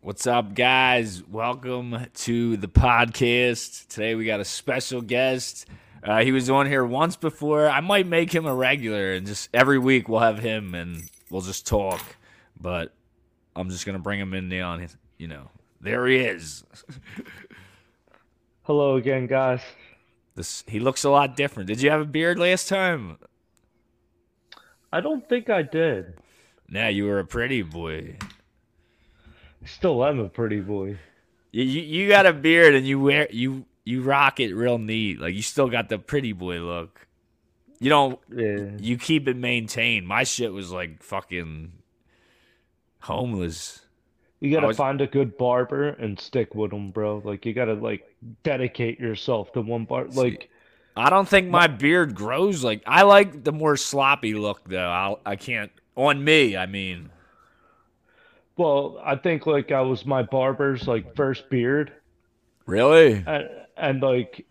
What's up, guys? Welcome to the podcast. Today we got a special guest. Uh, he was on here once before. I might make him a regular, and just every week we'll have him and we'll just talk. But I'm just gonna bring him in now. And he's- you know, there he is. Hello again, guys. This he looks a lot different. Did you have a beard last time? I don't think I did. Nah, you were a pretty boy. Still am a pretty boy. You, you you got a beard and you wear you you rock it real neat. Like you still got the pretty boy look. You don't Yeah. you keep it maintained. My shit was like fucking homeless. You gotta I was- find a good barber and stick with him, bro. Like you gotta like dedicate yourself to one bar. Like I don't think my beard grows like I like the more sloppy look though. I I can't on me, I mean. well, I think like I was my barber's like first beard Really? and and like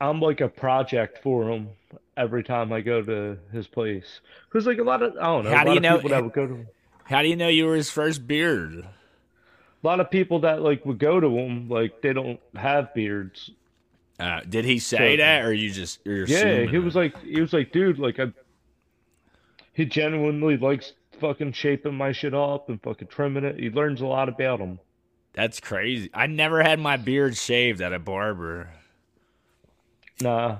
I'm like a project for him every time I go to his place. Cause like a lot of I don't know, a How do lot you of know- people that would go to him. How do you know you were his first beard? A lot of people that like would go to him, like they don't have beards. Uh, did he say So- that or you just you're Yeah, assuming he was it? like, he was like, dude, like I, he genuinely likes fucking shaping my shit up and fucking trimming it. He learns a lot about him. That's crazy. I never had my beard shaved at a barber. Nah,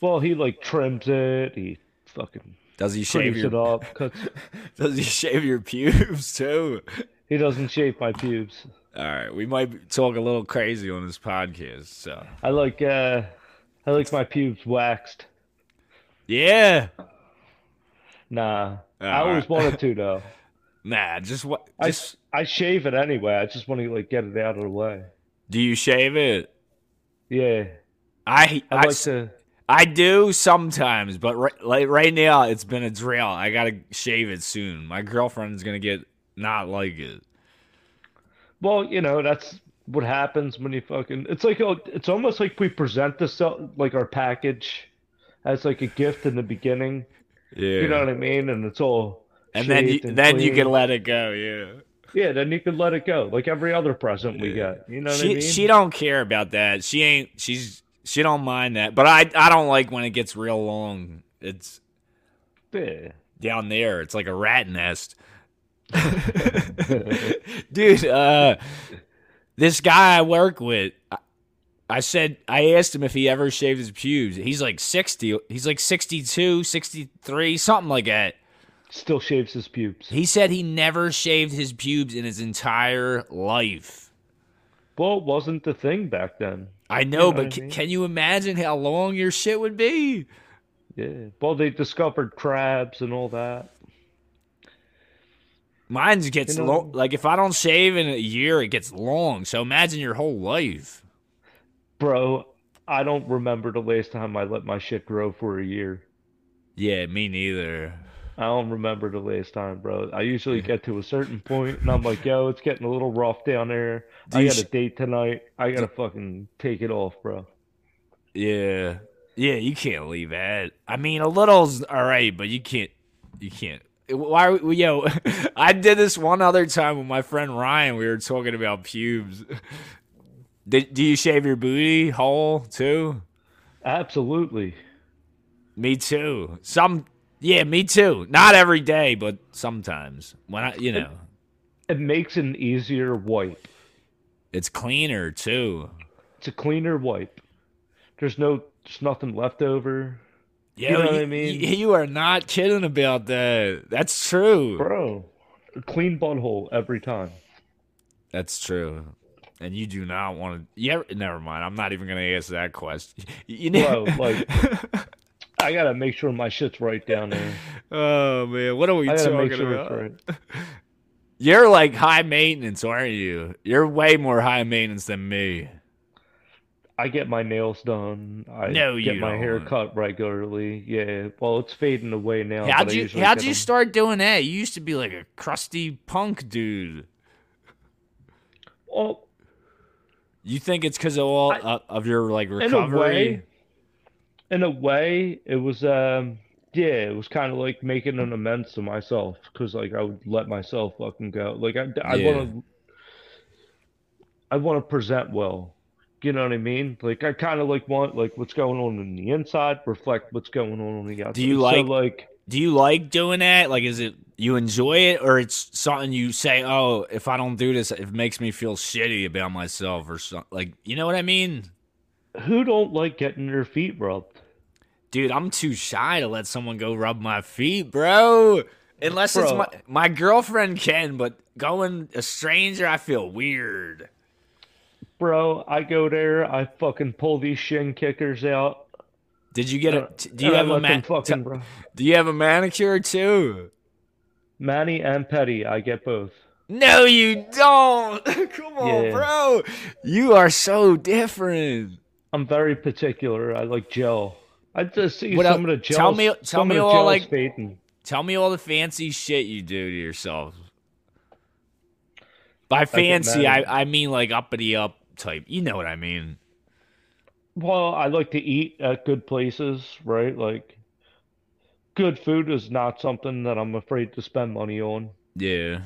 well, he like trims it. He fucking Does he shave shaves it your up. Cuts. Does he shave your pubes too? He doesn't shape my pubes. All right, we might talk a little crazy on this podcast. So I like, uh, I like my pubes waxed. yeah, Nah, I Alright. always wanted to though. nah. Just what? I Just I shave it anyway. I just want to like get it out of the way. do you shave it? Yeah, I I, I like s- to. I do sometimes, but right, like right now it's been a drill. I gotta shave it soon. My girlfriend's gonna get not like it. Well, you know, that's what happens when you fucking. It's like oh, it's almost like we present this uh, like our package as like a gift in the beginning. Yeah, You know what I mean? And it's all and then you, shaped and then you clean. can let it go. Yeah. yeah, then you can let it go, like every other present we got. You know what I she mean? she don't care about that. She ain't she's she don't mind that. But I I don't like when it gets real long. It's Yeah. down there. It's like a rat nest. Dude, uh this guy I work with, I, I said I asked him if he ever shaved his pubes. He's like 60, he's like 62, 63, something like that. Still shaves his pubes. He said he never shaved his pubes in his entire life. Well, it wasn't the thing back then. I know, what I but c- mean? can you imagine how long your shit would be? Yeah. Well, they discovered crabs and all that. Mine's gets You know- long. Like if I don't shave in a year, it gets long. So imagine your whole life. Bro, I don't remember the last time I let my shit grow for a year. Yeah, me neither. I don't remember the last time, bro. I usually get to a certain point and I'm like, yo, it's getting a little rough down there. Do I you got sh- a date tonight. I gotta fucking take it off, bro. Yeah, yeah, you can't leave that. I mean, a little's all right, but you can't. You can't. Why? are we- Yo, I did this one other time with my friend Ryan. We were talking about pubes. Did, do you shave your booty hole too? Absolutely. Me too. Some. Yeah, me too. Not every day, but sometimes when I, you know, It makes an easier wipe. it's cleaner too. It's a cleaner wipe. There's no there's nothing left over. Yo, know what I mean? You, you are not kidding about that. That's true. Bro. A clean butthole every time. That's true. And you do not want to. Yeah, never mind. I'm not even going to ask that question. You know, Bro, like I gotta make sure my shit's right down there. oh man, what are we I gotta talking make sure about? it's right. You're like high maintenance, aren't you? You're way more high maintenance than me. I get my nails done. I No, get you my hair don't. cut regularly. Yeah, well, it's fading away now. how'd but I you usually How'd get you 'em- start doing that? You used to be like a crusty punk dude. Well, You think it's because of all I- uh, of your like in recovery? a way, in a way, it was um, yeah, it was kind of like making an amends to myself because like I would let myself fucking go. Like I, I Yeah. want to I want to present well. You know what I mean? Like I kind of like want like what's going on in the inside reflect what's going on on the outside. Do you So, like- like Do you like doing that? Like, is it you enjoy it, or it's something you say, "Oh, if I don't do this, it makes me feel shitty about myself," or something? Like, you know what I mean? who don't like getting their feet rubbed? Dude, I'm too shy to let someone go rub my feet, bro. Unless it's Bro. my my girlfriend can, but going a stranger, I feel weird. Bro, I go there, I fucking pull these shin kickers out. Did you Uh, get a? t- Do you and I have a let man? them fucking bro. do you have a manicure too? Manny and Petty, I get both. No, you don't. Come on, Yeah. bro. You are so different. I'm very particular. I like gel. I just see What some else- of the gel. tell me- tell some me of the all, gel's like- fading. Tell me all the fancy shit you do to yourself. By fancy, mad at- I, I mean like uppity up type. You know what I mean. Well, I like to eat at good places, right? Like, good food is not something that I'm afraid to spend money on. Yeah.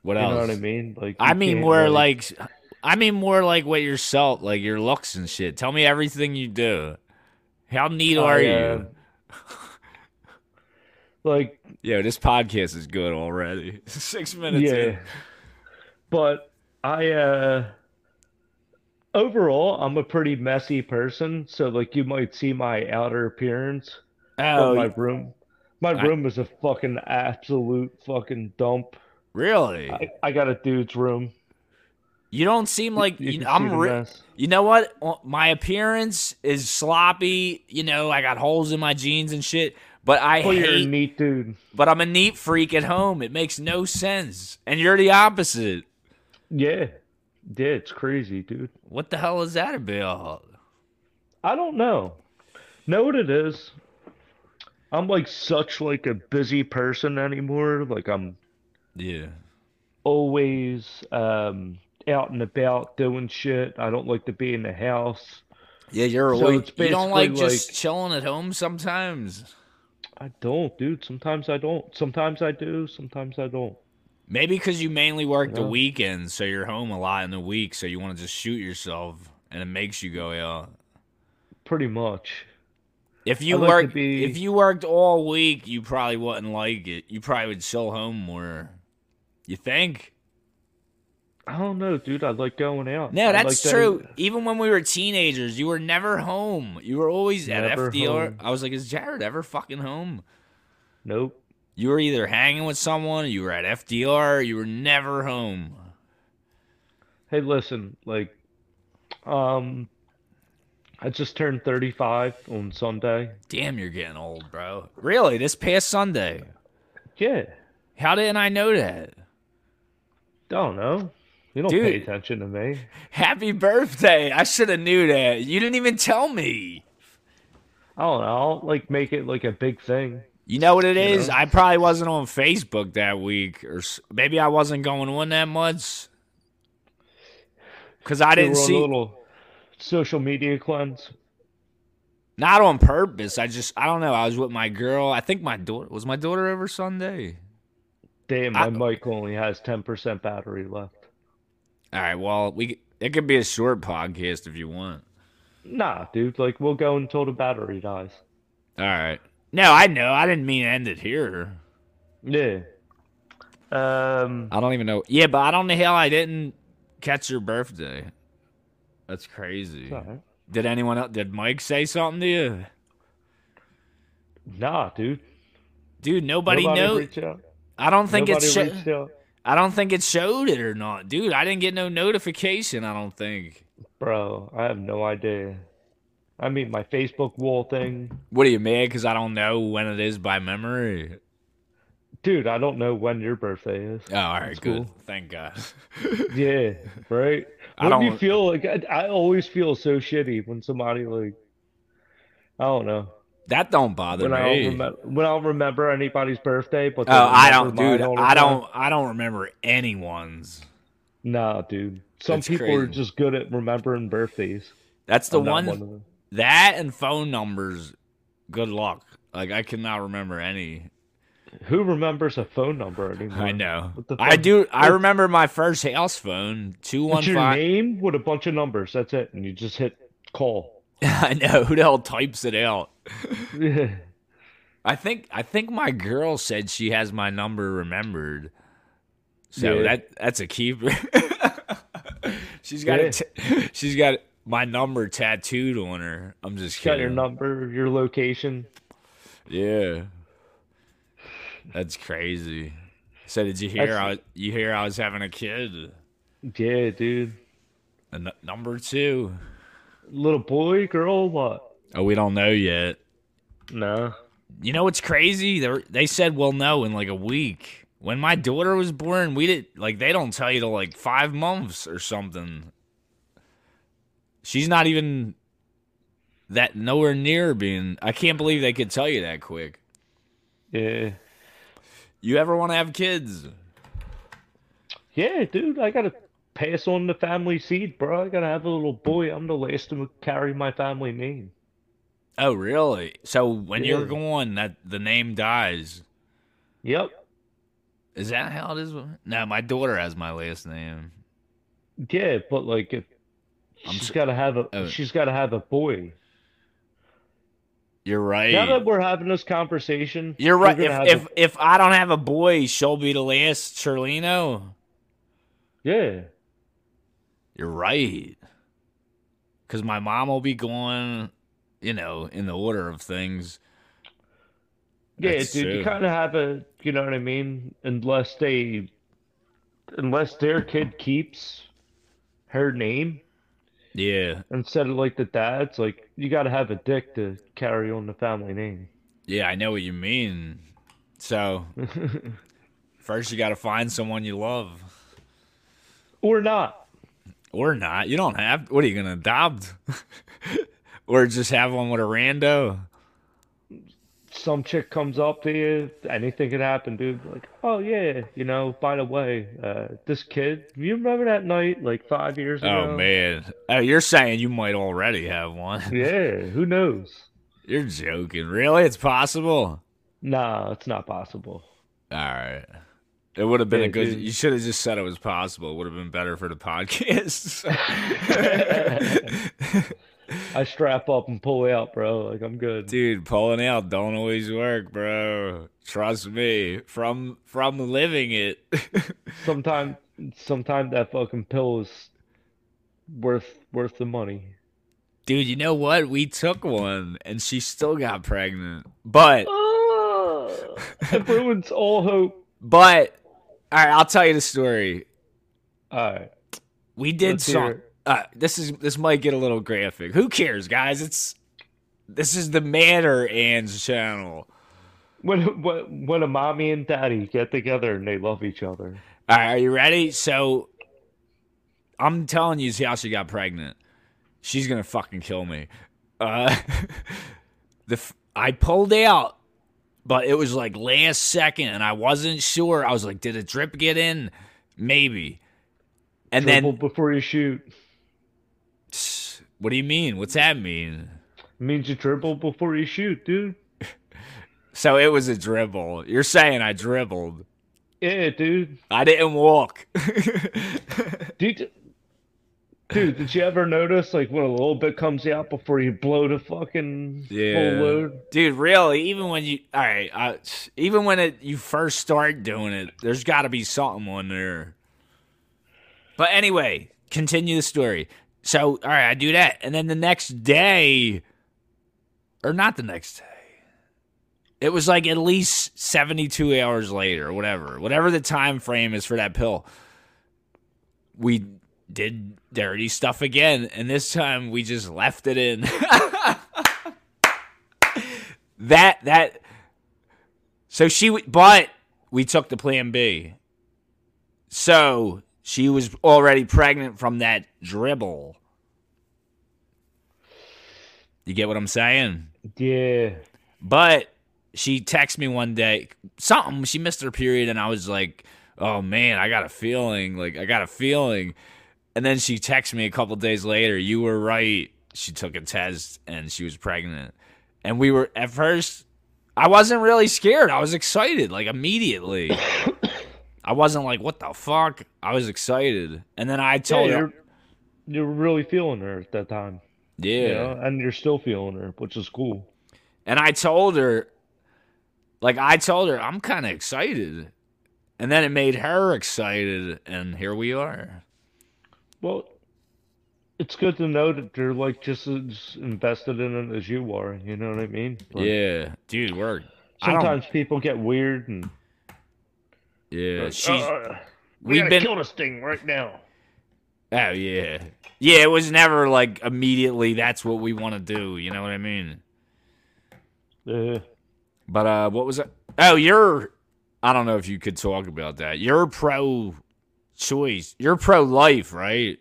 What You else? know what I mean? Like, I you mean can't more really- like I mean more like what your self, like your looks and shit. Tell me everything you do. How neat I, are uh, you? Like, Yo, this podcast is good already. Six minutes. yeah. in. But I, uh, overall, I'm a pretty messy person, so like, you might see my outer appearance. but Oh, my room, my I- room is a fucking absolute fucking dump. really? I, I got a dude's room. you don't seem like You you, can see I'm. the Re- mess. You know what? Well, My appearance is sloppy. You know, I got holes in my jeans and shit. But I Oh, you're a hate. neat dude. But I'm a neat freak at home. It makes no sense. And you're the opposite. Yeah. Yeah, it's crazy, dude. What the hell is that about? I don't know. Know what it is? I'm like such like a busy person anymore. Like I'm Yeah. always um out and about doing shit. I don't like to be in the house. Yeah, you're So always. it's You don't basically like just like- chilling at home sometimes. I don't, dude. Sometimes I don't. Sometimes I do, sometimes I don't. Maybe because you mainly work the Yeah. weekends, so you're home a lot in the week, so you want to just shoot yourself, and it makes you go out. Pretty much. If you I like to worked, be- if you worked all week, you probably wouldn't like it. You probably would chill home more. You think? I don't know, dude. I like going out. No, I that's like to- true. Even when we were teenagers, you were never home. You were always at Never FDR. home. I was like, is Jared ever fucking home? Nope. You were either hanging with someone, you were at FDR, you were never home. Hey, listen, like, um, I just turned 35 on Sunday. Damn, you're getting old, bro. Really, this past Sunday. Yeah, How didn't I know that? don't know. You don't pay Dude. attention to me. Happy birthday. I should have knew that. You didn't even tell me. I don't know. I'll like make it like a big thing. You know what it know? is? I probably wasn't on Facebook that week, or s- maybe I wasn't going on that much because I We didn't were on a see. little social media cleanse. Not on purpose. I just I don't know. I was with my girl. I think my daughter was my daughter over Sunday. Damn, my I- mic only has 10% battery left. All right. Well, we it could be a short podcast if you want. Nah, dude, like, we'll go until the battery dies. All right. No, I know. I didn't mean to end it here. Yeah. Um, I don't even know. Yeah, but I don't know how I didn't catch your birthday. That's crazy. sorry. Did anyone else? Did Mike say something to you? Nah, dude. Dude, nobody Nobody knows. reached out. I don't think it Nobody sho- reached out. I don't think it showed it or not, dude. I didn't get no notification. I don't think. Bro, I have no idea. I mean, my Facebook wall thing. What are you mad? Because I don't know when it is by memory. Dude, I don't know when your birthday is. Oh, all right, That's good. cool. Thank God. Yeah, right? I What do you don't- feel like? I, I always feel so shitty when somebody, like, I don't know. that don't bother When I don't me. remember, when I don't remember anybody's birthday, but Oh, they I don't, remember dude. mine all the I time. don't. I don't remember anyone's. Nah, dude. Some That's people are crazy. just good at remembering birthdays. That's the I'm not one. of them. That and phone numbers. Good luck. Like I cannot remember any. Who remembers a phone number anymore? I know. What the I fuck? do. I It's- remember my first house phone. Two one It's your five. name with a bunch of numbers. That's it, and you just hit call. I know who the hell types it out. Yeah. I think. I think my girl said she has my number remembered. So Yeah. that that's a keeper. she's got Yeah. it. t- she's got my number tattooed on her. I'm just Got kidding. your number, your location. Yeah. That's crazy. So did you hear? That's- I was, you hear? I was having a kid. Yeah, dude. A n- number two. Little boy, girl, what? Oh, we don't know yet. No. You know what's crazy? They they said we'll know in like a week. When my daughter was born, we did like they don't tell you till like five months or something. She's not even that nowhere near being. I can't believe they could tell you that quick. Yeah. You ever want to have kids? Yeah, dude. I gotta pass on the family seed, bro. I gotta have a little boy. I'm the last to carry my family name. Oh, really? So when you're Yeah. gone, that the name dies. Yep. Is that how it is? with- No, my daughter has my last name. Yeah, but like, if I'm she's so- gotta have a, Oh. she's gotta have a boy. You're right. Now that we're having this conversation, You're we're right. gonna If if, have a- if I don't have a boy, she'll be the last Charlino. yeah, You're right. Because my mom will be gone, you know, in the order of things. yeah, That's dude, you true. kind of have a, you know what I mean? Unless they, unless their kid keeps her name Yeah. instead of like the dad's, like you gotta have a dick to carry on the family name. Yeah, I know what you mean. So, first you got to find someone you love. or not. Or not. You don't have. What are you going to adopt? or just have one with a rando? Some chick comes up to you, anything can happen, dude. Like, oh yeah, you know. By the way, uh, this kid, you remember that night like five years ago? Oh, man. Oh, you're saying you might already have one. Yeah, who knows? You're joking. Really? It's possible? Nah, it's not possible. All right. It would have been Yeah, a good. dude. You should have just said it was possible. It would have been better for the podcast. I strap up and pull out, bro. Like I'm good. Dude, pulling out don't always work, bro. Trust me. From from living it. Sometime, sometime that fucking pill is worth worth the money. Dude, you know what? We took one and she still got pregnant. But Oh, it ruins all hope. but all right, I'll tell you the story. All right, We did Let's hear some it. uh, this is this might get a little graphic. Who cares, guys? It's this is the Matter Ann's channel. when when when a mommy and daddy get together and they love each other. All right, are you ready? So I'm telling you how she got pregnant. She's gonna fucking kill me. Uh, the f- I pulled out, but it was like last second, and I wasn't sure. I was like, did a drip get in? Maybe. And Dribble then, before you shoot what do you mean? What's that mean? means you dribble before you shoot, dude. So it was a dribble. You're saying I dribbled. Yeah, dude. I didn't walk. Dude, dude, did you ever notice like when a little bit comes out before you blow the fucking Yeah. full load? dude really even when you all right I, even when it, you first start doing it there's got to be something on there but anyway continue the story so all right i do that and then the next day or not the next day it was like at least 72 hours later whatever whatever the time frame is for that pill we did dirty stuff again and this time we just left it in that that so she w- but we took the plan b so she was already pregnant from that dribble you get what i'm saying Yeah. but she texted me one day something she missed her period and i was like oh man i got a feeling like i got a feeling and then she texted me a couple days later you were right she took a test and she was pregnant and we were at first I wasn't really scared. I was excited, like immediately. I wasn't like, what the fuck? I was excited. And then I told Yeah, her, you're, you're really feeling her at that time. yeah. You know? And you're still feeling her, which is cool. And I told her, like, I told her, I'm kind of excited. And then it made her excited. And here we are. Well, it's good to know that they're like just as invested in it as you are. You know what I mean? Like, yeah. Dude, we're. I don't- Sometimes people get weird and Yeah. like, She's. "Uh, we we've gotta been- kill this thing right now. Oh yeah, yeah. It was never like immediately. That's what we want to do. You know what I mean? Uh-huh. Uh, But uh, what was it? Oh, you're. I don't know if you could talk about that. You're pro-choice. You're pro-life, right?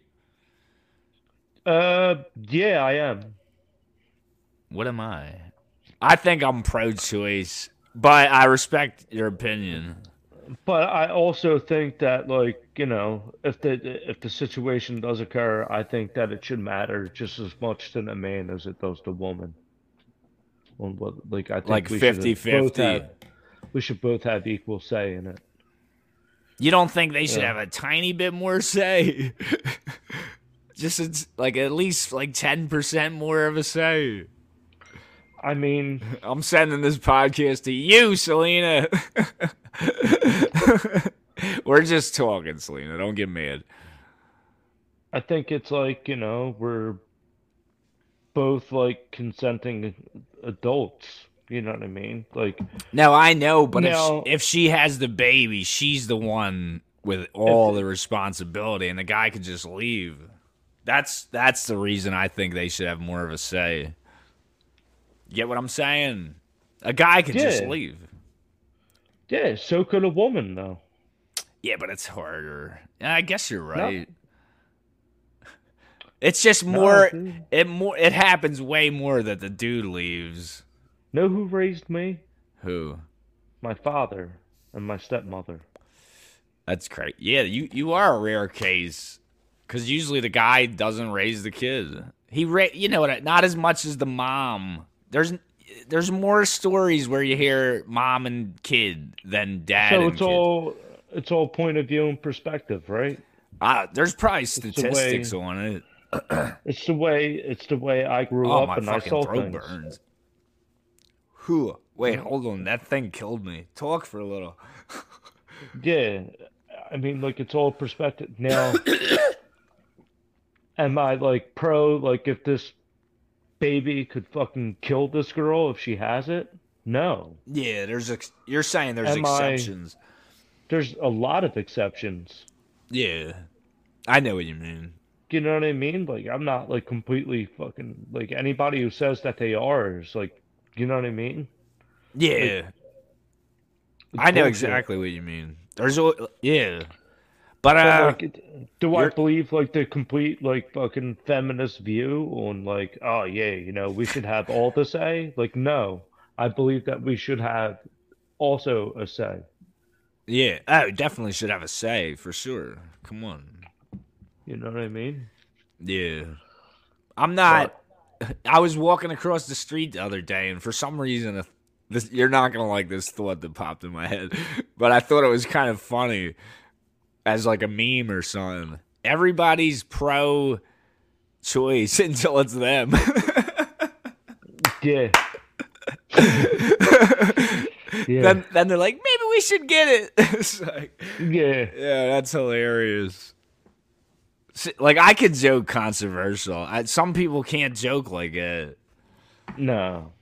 uh, yeah, I am. What am I? I think I'm pro-choice, but I respect your opinion. But I also think that, like, you know, if the if the situation does occur, I think that it should matter just as much to the man as it does to woman. On what, like, I think Like we should 50-50. both have- We should both have equal say in it. You don't think they should Yeah. have a tiny bit more say? Just it's like at least like ten percent more of a say. I mean, I'm sending this podcast to you, Selena. We're just talking, Selena. Don't get mad. I think it's like, you know, we're both like consenting adults. You know what I mean? Like, No, I know, but No. if, if she has the baby, she's the one with all the responsibility, and the guy could just leave. That's that's the reason I think they should have more of a say. Get what I'm saying? A guy could just Yeah. leave. yeah, so could a woman, though. Yeah, but it's harder. I guess you're right. It's just more dude. it more it happens way more that the dude leaves. Know who raised me? Who? My father and my stepmother. That's crazy. Yeah, you you are a rare case cuz usually the guy doesn't raise the kid. He ra- you know what? Not as much as the mom. There's there's more stories where you hear mom and kid than dad So and it's kid. all it's all point of view and perspective, right? Ah, there's probably the way- statistics on it. It's the way it's the way I grew Oh, up my and I fucking saw throat things. burns. Who? Wait, hold on. That thing killed me. Talk for a little. Yeah, I mean, like it's all perspective. Now, am I like pro? Like, if this baby could fucking kill this girl if she has it? No, Yeah, there's. Ex- you're saying there's Am I- exceptions. there's a lot of exceptions. Yeah, I know what you mean. You know what I mean? Like, I'm not like completely fucking like anybody who says that they are is like, you know what I mean? Yeah, It's I know bullshit. exactly what you mean. There's. al- Yeah, but But, uh, like, it- do I you're- believe like the complete like fucking feminist view on like, oh yeah, you know, we should have all the say? Like, no, I believe that we should have also a say. yeah. Oh, definitely should have a say for sure. Come on. You know what I mean? Yeah. I'm not. I was walking across the street the other day, and for some reason, a- this, you're not going to like this thought that popped in my head, but I thought it was kind of funny as like a meme or something. Everybody's pro choice until it's them. Yeah, yeah, then, then they're like, maybe we should get it. it's like, yeah. Yeah, that's hilarious. S- Like I could joke controversial. I, some people can't joke like it. No,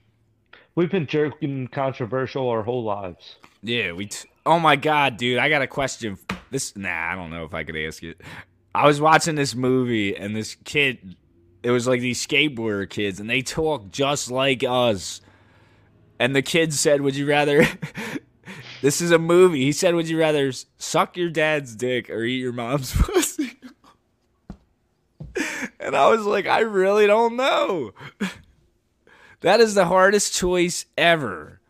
we've been jerking controversial our whole lives. Yeah, we. T- oh my god, dude! I got a question. This nah, I don't know if I could ask it. I was watching this movie and this kid. It was like these skateboarder kids, and they talk just like us. And the kid said, "Would you rather?" this is a movie. He said, "Would you rather s- suck your dad's dick or eat your mom's pussy?" and I was like, "I really don't know." that is the hardest choice ever.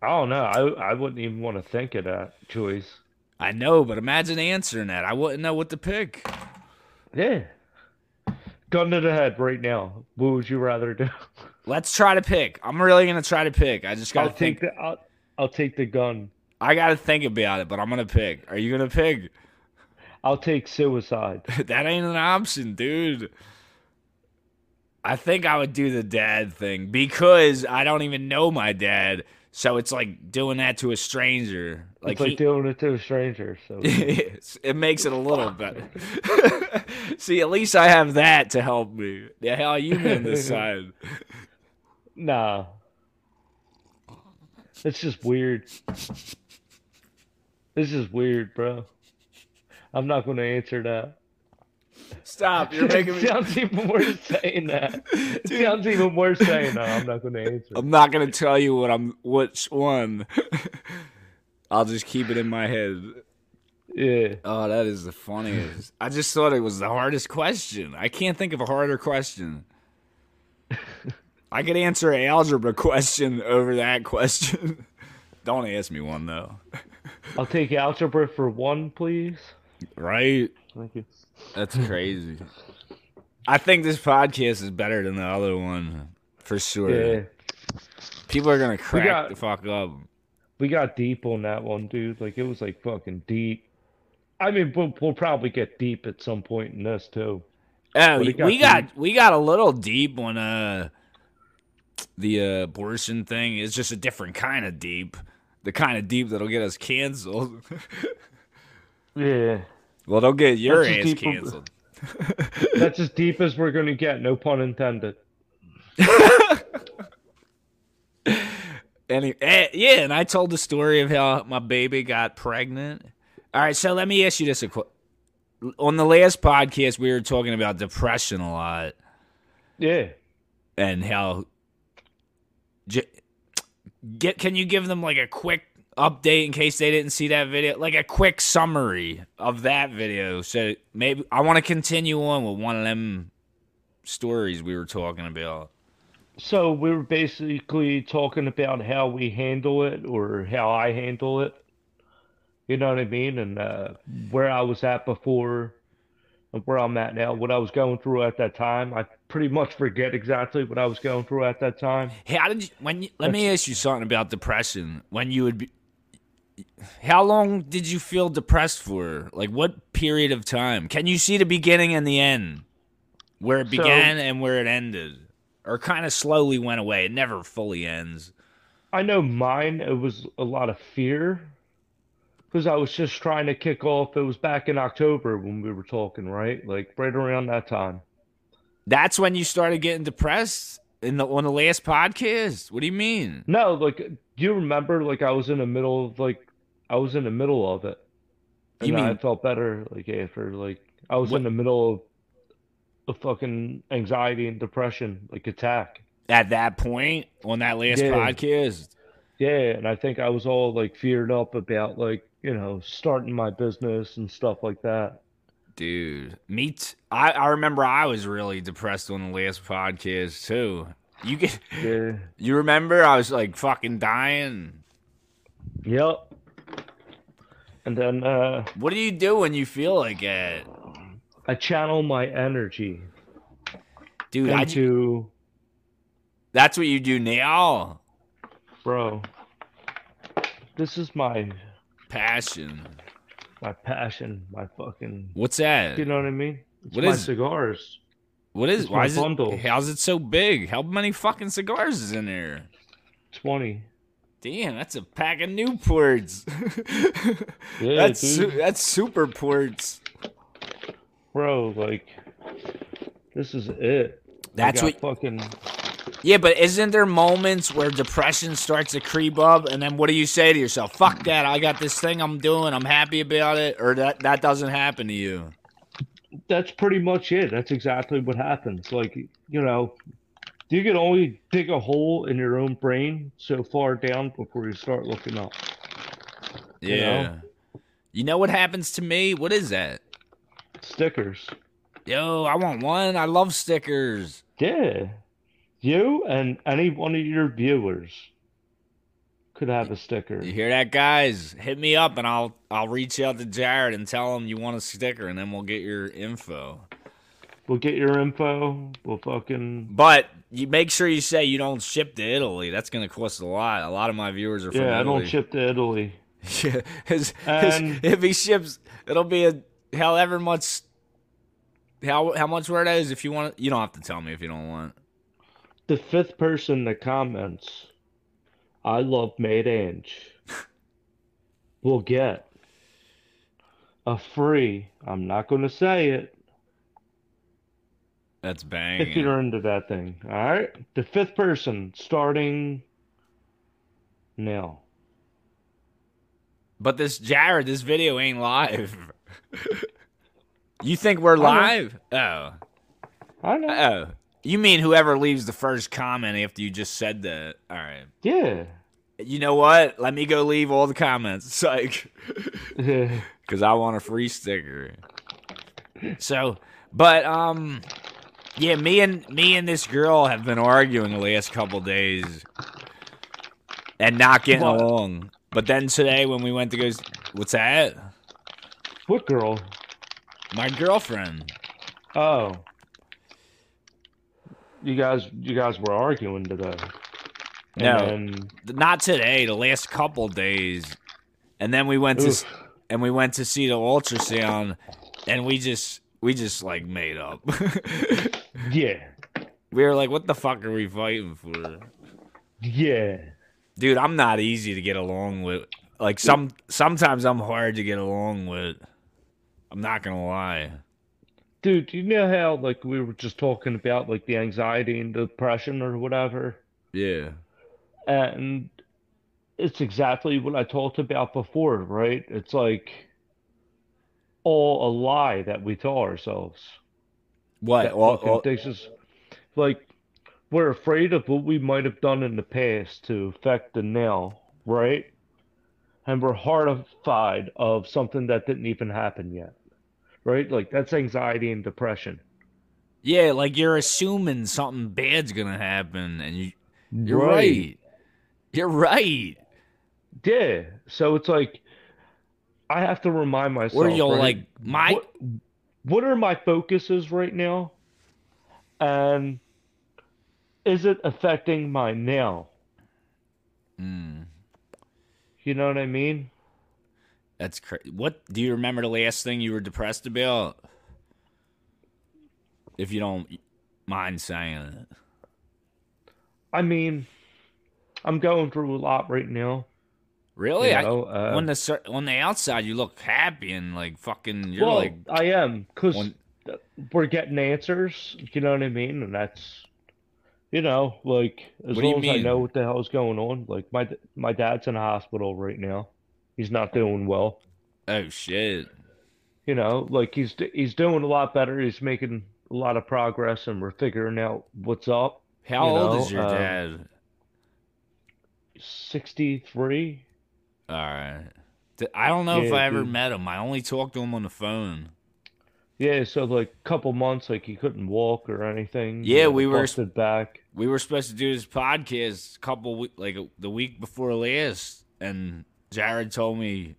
I don't know. I I wouldn't even want to think of that choice. I know, but imagine answering that. I wouldn't know what to pick. Yeah. Gun to the head right now. What would you rather do? Let's try to pick. I'm really gonna try to pick. I just gotta I'll think. take the I'll, I'll take the gun. I gotta think about it, but I'm gonna pick. Are you gonna pick? I'll take suicide. that ain't an option, dude. I think I would do the dad thing because I don't even know my dad. So it's like doing that to a stranger. Like, it's like he- doing it to a stranger. So it makes it a little better. See, at least I have that to help me. The hell you been this side? nah, it's just weird. This is weird, bro. I'm not going to answer that. Stop! You're making It me. sounds even worse saying that. It sounds even worse saying that. I'm not going to answer. I'm not gonna tell you what I'm. Which one? I'll just keep it in my head. Yeah. Oh, that is the funniest. I just thought it was the hardest question. I can't think of a harder question. I could answer an algebra question over that question. Don't ask me one though. I'll take algebra for one, please. Right? Thank you. That's crazy. I think this podcast is better than the other one for sure. Yeah. People are gonna crack got- the fuck up. We got deep on that one, dude. Like, it was like fucking deep. I mean, we'll, we'll probably get deep at some point in this, too. Oh, What do you got, we got we got a little deep on uh the uh, abortion thing. It's just a different kind of deep, the kind of deep that'll get us canceled. Yeah. well, they'll get your That's just ass deep on- canceled. That's as deep as we're going to get, no pun intended. Any, eh, yeah, and I told the story of how my baby got pregnant. All right, so let me ask you this: a qu- on the last podcast, we were talking about depression a lot. Yeah. and how j- get can you give them like a quick update in case they didn't see that video like a quick summary of that video so maybe i want to continue on with one of them stories we were talking about So we were basically talking about how we handle it or how I handle it. You know what I mean? And uh, where I was at before and where I'm at now, what I was going through at that time. I pretty much forget exactly what I was going through at that time. hey how did you when you, let me ask you something about depression when you would be how long did you feel depressed for like what period of time can you see the beginning and the end where it So- began and where it ended or kind of slowly went away it never fully ends I know mine, it was a lot of fear because I was just trying to kick off. It was back in October when we were talking, right? Like right around that time. That's when you started getting depressed in the on the last podcast. What do you mean? No, like, do you remember? Like, I was in the middle of like, I was in the middle of it, You and I mean- felt better. Like after, like, I was What- in the middle of a fucking anxiety and depression, like attack. At that point on that last Yeah. podcast, Yeah, and I think I was all like feared up about like you know starting my business and stuff like that. dude. Me, t- I I remember I was really depressed on the last podcast too. You get Yeah. you remember I was like fucking dying. Yep. And then uh, What do you do when you feel like it, I channel my energy dude? I, ju- into that's what you do now. bro. This is my Passion. my passion, my fucking. What's that? You know what I mean? It's What my is- cigars? what is? it's Why my is bundle. it? How's it so big? How many fucking cigars is in there? Twenty. Damn, that's a pack of Newports. Yeah, that's dude. su- that's super ports. Bro, like, this is it. I That's got what. fucking. Yeah, but isn't there moments where depression starts to creep up, and then what do you say to yourself? Mm. Fuck that! I got this thing I'm doing. I'm happy about it. Or that that doesn't happen to you. That's pretty much it. That's exactly what happens. Like, you know, you can only dig a hole in your own brain so far down before you start looking up. Yeah. You You know? know, what happens to me? What is that? Stickers. Yo, I want one. I love stickers. Yeah. You and any one of your viewers could have a sticker. You hear that, guys? Hit me up, and I'll I'll reach out to Jared and tell him you want a sticker, and then we'll get your info. We'll get your info. We'll fucking But you make sure you say you don't ship to Italy. That's going to cost a lot. A lot of my viewers are from yeah. I Italy. don't ship to Italy. Yeah, his- his- And- if he ships, it'll be a however much. How how much where it is? If you want, you don't have to tell me if you don't want. The fifth person that comments, I love Made Ange, will get a free. I'm not going to say it That's if you're banging. into that thing. All right. The fifth person starting now. But this Jared, this video ain't live. you think we're know. live? Oh, I know. oh. You mean whoever leaves the first comment after you just said that? All right. yeah. You know what? Let me go leave all the comments. Psych. because I want a free sticker. So, but um, yeah, me and me and this girl have been arguing the last couple days and not getting What? along. But then today, when we went to go, s- what's that? what girl? My girlfriend. Oh. You guys, you guys were arguing today. And No. then- Not today. The last couple days, and then we went to s- Oof. and we went to see the ultrasound, and we just we just like made up. yeah, we were like, what the fuck are we fighting for? yeah. dude i'm not easy to get along with like some sometimes i'm hard to get along with i'm not gonna lie Dude, you know how like we were just talking about like the anxiety and depression or whatever, yeah and it's exactly what I talked about before, right? It's like all a lie that we tell ourselves. what That all, fucking all- takes us- like we're afraid of what we might have done in the past to affect the now, right? And we're horrified of something that didn't even happen yet, right? Like that's anxiety and depression. yeah like you're assuming something bad's gonna happen and you you're right, you're right Yeah. So it's like I have to remind myself. or you'll right, like my what, what are my focuses right now, and is it affecting my now? Mm, You know what I mean? that's crazy what do you remember the last thing you were depressed about if you don't mind saying it I mean, I'm going through a lot right now. really You Oh, I- know, uh, on the sur- on the outside, you look happy and like fucking. You're well, like, I am because on- we're getting answers. You know what I mean? And that's, you know, like as What do you long as I know mean? what the hell's going on. Like my d- my dad's in the hospital right now. He's not doing well. oh shit. You know, like he's d- he's doing a lot better. He's making a lot of progress, and we're figuring out what's up. How You old know, is your um, dad? Sixty three. All right. D- I don't know if yeah, I ever dude. met him. I only talked to him on the phone. Yeah, so like a couple months, like he couldn't walk or anything. Yeah, you know, we were- busted back. We were supposed to do this podcast a couple week, like the week before last, and Jared told me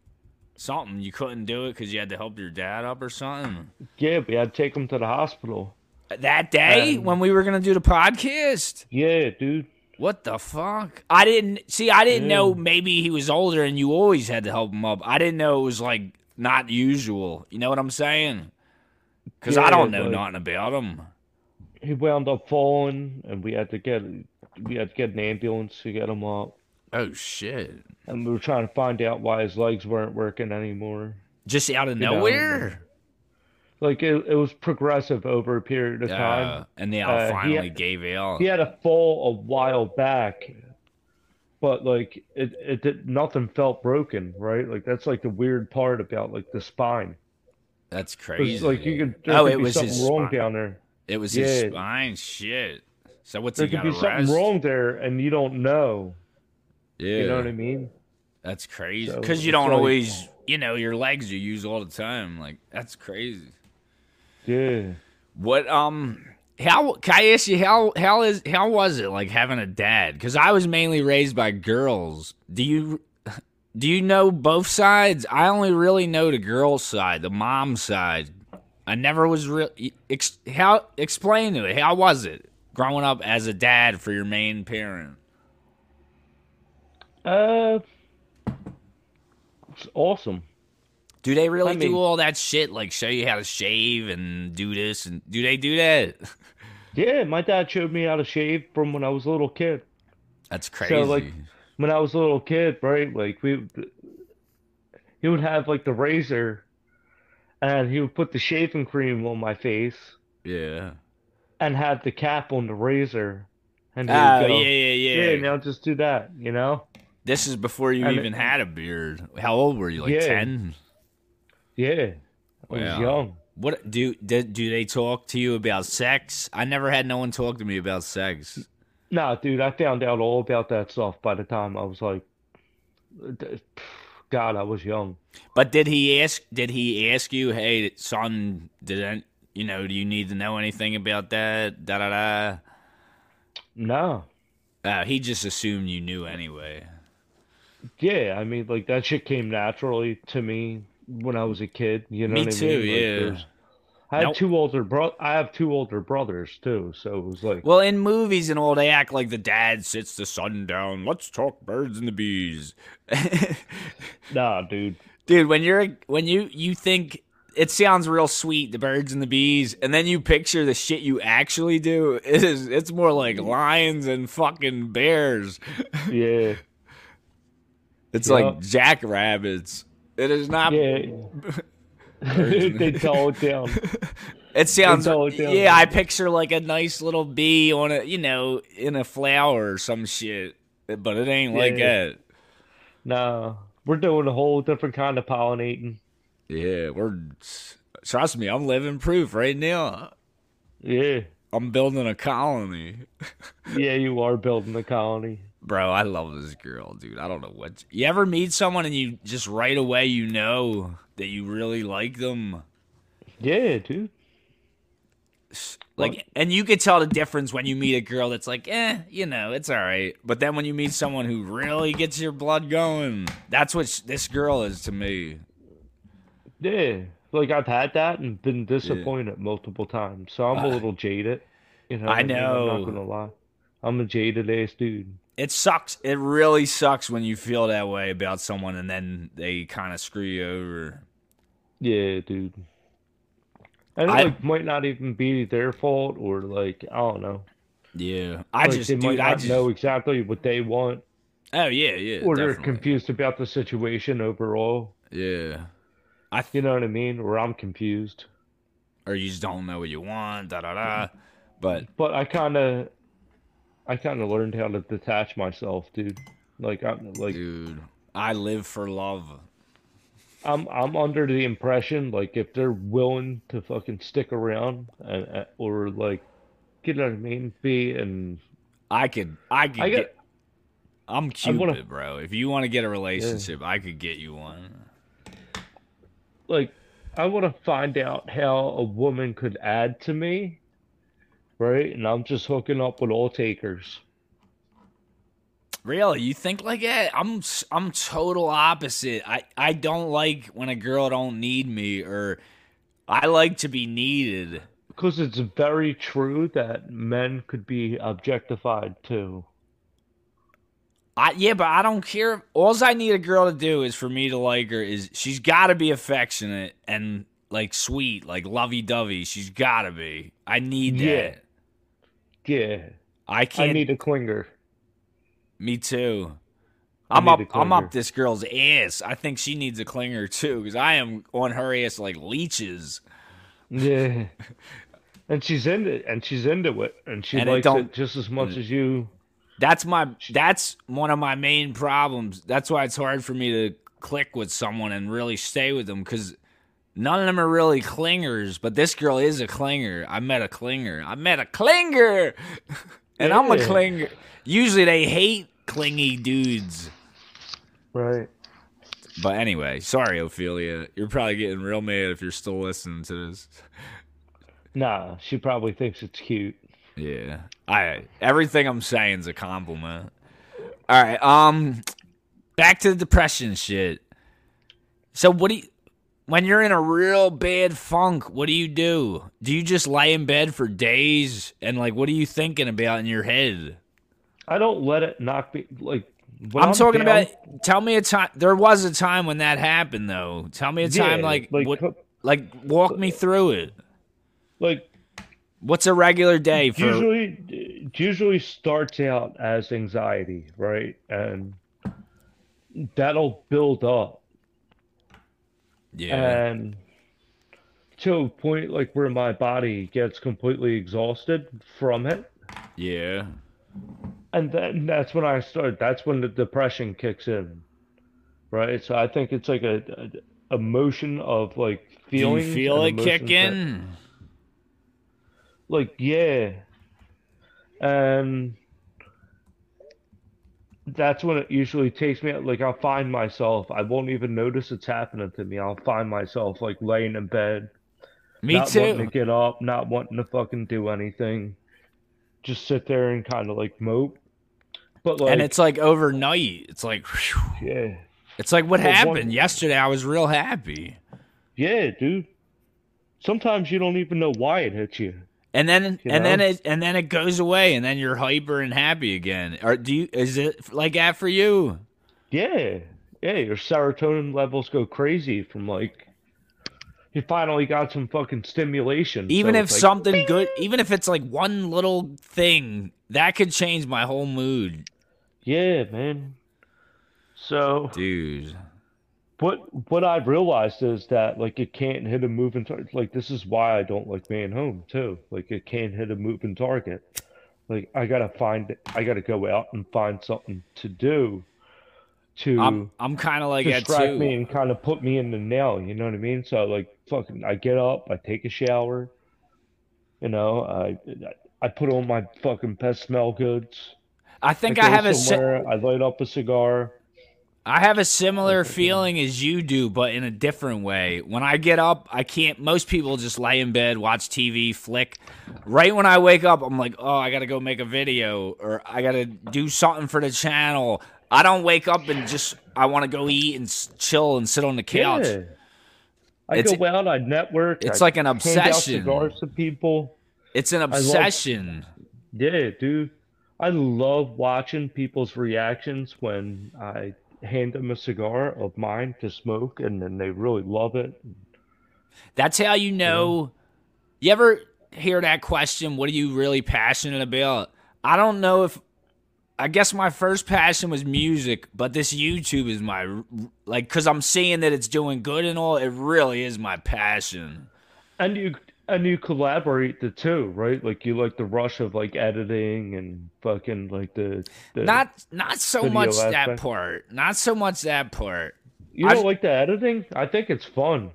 something you couldn't do it because you had to help your dad up or something. Yeah, we had to take him to the hospital. That day Um, when we were gonna do the podcast. Yeah, dude. What the fuck? I didn't see. I didn't know. Yeah. Maybe he was older, and you always had to help him up. I didn't know it was like not usual. You know what I'm saying? Because I Yeah, don't know like- nothing about him. He wound up falling, and we had to get we had to get an ambulance to get him up. Oh shit! And we were trying to find out why his legs weren't working anymore. Just out of You know, nowhere. Like it, it was progressive over a period of Uh, time. and then Uh, I he finally had- gave out. He had a fall a while back, but like it, it did nothing felt broken, right? Like that's like the weird part about like the spine. That's 'Cause, crazy. like you could there oh, could it be was something his wrong spine. down there. It was his Yeah. spine. Shit. So what's There he got could be something arrest? wrong there, and you don't know. Yeah, You know what I mean? that's crazy. So Because you it's don't like- always, you know, your legs you use all the time. Like that's crazy. Yeah. What um how can I ask you how how is how was it like having a dad? Because I was mainly raised by girls. Do you do you know both sides? I only really know the girl side, the mom side. I I never was real. Ex- how explain to it? How was it growing up as a dad for your main parent? Uh, it's awesome. Do they really I mean- do all that shit? Like show you how to shave and do this and do they do that? Yeah, my dad showed me how to shave from when I was a little kid. That's crazy. So like when I was a little kid, right? Like we, he would have like the razor, and he would put the shaving cream on my face yeah. and have the cap on the razor, and he would Oh yeah, go, yeah, yeah. "Yeah, now just do that," you know? This is before you And even it- had a beard. How old were you? Like Yeah. ten. Yeah, I was Wow. young. What do, do do they talk to you about sex? I never had no one talk to me about sex. Nah, dude, I found out all about that stuff by the time I was like, d- God, I was young. But did he ask? Did he ask you, "Hey, son, did I, you know? Do you need to know anything about that?" Da da da. No. Uh, he just assumed you knew anyway. Yeah, I mean, like that shit came naturally to me when I was a kid. You know Me what I mean? too, Like, yeah. there's- I had Nope. two older bro. I have two older brothers too, so it was like, Well, in movies and all, they act like the dad sits the son down. Let's talk birds and the bees. nah, dude. Dude, when you're when you you think it sounds real sweet, the birds and the bees, and then you picture the shit you actually do. It is it's more like lions and fucking bears. Yeah, It's Yeah. like jackrabbits. It is not yeah. Virgin. They dull it down. It sounds all down yeah. there. I picture like a nice little bee on a you know in a flower or some shit, but it ain't like Yeah. that. Nah, we're doing a whole different kind of pollinating. Yeah, we're trust me. I'm living proof right now. Yeah, I'm building a colony, yeah, you are building the colony. bro. I love this girl, dude. I don't know what you ever meet someone and you just right away you know that you really like them. Yeah, dude. Like, and you could tell the difference when you meet a girl that's like, eh, you know, it's all right. But then when you meet someone who really gets your blood going, that's what sh- this girl is to me. Yeah, like I've had that and been disappointed multiple times, so I'm a Uh, little jaded. You know, I what mean? I'm know. not gonna lie. I'm a jaded ass dude. It sucks. It really sucks when you feel that way about someone and then they kind of screw you over. Yeah, dude. And it I- like might not even be their fault or like I don't know. Yeah, I Like just, they might dude, I not just. know exactly what they want Oh yeah, yeah, or they're definitely. confused about the situation overall. yeah. I You th- know what I mean? Or I'm confused. or you just don't know what you want, da da da. But But I kind of I kind of learned how to detach myself, dude. Like I'm like dude, I live for love. I'm I'm under the impression like if they're willing to fucking stick around and, and- or like you know what I mean, be and I could, I could I get, got I'm I Cupid, wanna- bro. If you want to get a relationship, I could get you one. like I want to find out how a woman could add to me, right? And I'm just hooking up with all takers. Really? You think like that? I'm s- I'm total opposite. I I don't like when a girl don't need me or I like to be needed. Because it's very true that men could be objectified too. I yeah, but I don't care. All I need a girl to do is for me to like her is she's got to be affectionate and like sweet, like lovey-dovey. She's got to be. I need that. Yeah. Yeah, I I can't need a clinger. Me too. I I'm need up. a I'm up clinger. this girl's ass. I think she needs a clinger too, because I am on her ass like leeches. Yeah. And she's into and she's into it, and she And it likes don't- Mm. it just as much as you. That's my. That's one of my main problems. That's why it's hard for me to click with someone and really stay with them, because none of them are really clingers. But this girl is a clinger. I met a clinger. I met a clinger, and I'm a Yeah. clinger. Usually they hate clingy dudes. Right. But anyway, sorry, Ophelia. You're probably getting real mad if you're still listening to this. Nah, she probably thinks it's cute. Yeah. I everything I'm saying is a compliment. All right. Um back to the depression shit. So what do you when you're in a real bad funk, what do you do? Do you just lie in bed for days and like what are you thinking about in your head? I don't let it knock me like. When I'm, talking down- about tell me a time there was a time when that happened though. Tell me a Yeah, time like like what, co- like walk me through it. like What's a regular day for usually it usually starts out as anxiety, right? And that'll build up Yeah. and to a point like where my body gets completely exhausted from it. yeah. And then that's when I start that's when the depression kicks in. Right? So I think it's like a, a emotion of like Do feeling you feel it and emotions kicking? that- like yeah um that's when it usually takes me like i'll find myself i won't even notice it's happening to me i'll find myself like laying in bed Me not too. wanting to get up not wanting to fucking do anything just sit there and kind of like mope but like and it's like overnight. It's like whew. yeah it's like what Well, one- happened yesterday. I was real happy, yeah dude sometimes you don't even know why it hits you and then You and then know? it and then it goes away, and then you're hyper and happy again. Or do you? Is it like that for you? Yeah, yeah, your serotonin levels go crazy from like you finally got some fucking stimulation. Even so if it's like, something good, even if it's like one little thing, that could change my whole mood, yeah, man. So dude. what what I've realized is that like it can't hit a moving target. Like this is why I don't like being home too. Like it can't hit a moving target. Like I gotta find I gotta go out and find something to do to I'm I'm kind of like that distract too. me and kind of put me in the nail. You know what I mean? So like, fucking, I get up, I take a shower. You know, I I put on my fucking best smell goods. I think I go have a si- somewhere, I light up a cigar. I have a similar feeling as you do, but in a different way. When I get up, I can't. Most people just lay in bed, watch TV, flick. Right when I wake up, I'm like, oh, I got to go make a video or I got to do something for the channel. I don't wake up and just, I want to go eat and s- chill and sit on the couch. Yeah. I It's- go out, I network. it's I like an Hand out obsession. cigars to people. It's an obsession. Yeah, dude. I love watching people's reactions when I hand them a cigar of mine to smoke, and then they really love it. That's how you know. You ever hear that question? What are you really passionate about? I don't know if. I guess my first passion was music, but this YouTube is my like because I'm seeing that it's doing good and all. It really is my passion. and you and you collaborate the two, right? Like you like the rush of like editing and fucking like the, the Not not so Video much that aspect. part. Not so much that part. you don't I've- like the editing. I think it's fun.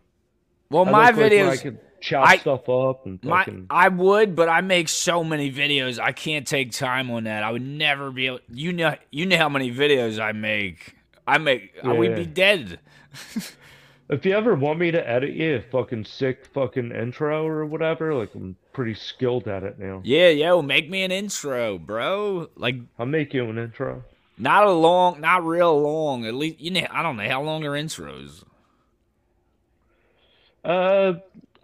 Well, I my like, like, when I videos. can chop I- stuff up and My, fucking. I would, but I make so many videos. I can't take time on that. I would never be able. You know, you know how many videos I make. I make. I would be Yeah. dead. If you ever want me to edit you a fucking sick fucking intro or whatever, like I'm pretty skilled at it now. Yeah, yo, make me an intro, bro. Like I'll make you an intro. not a long, not real long. At least you know. I don't know how long are intros. Uh,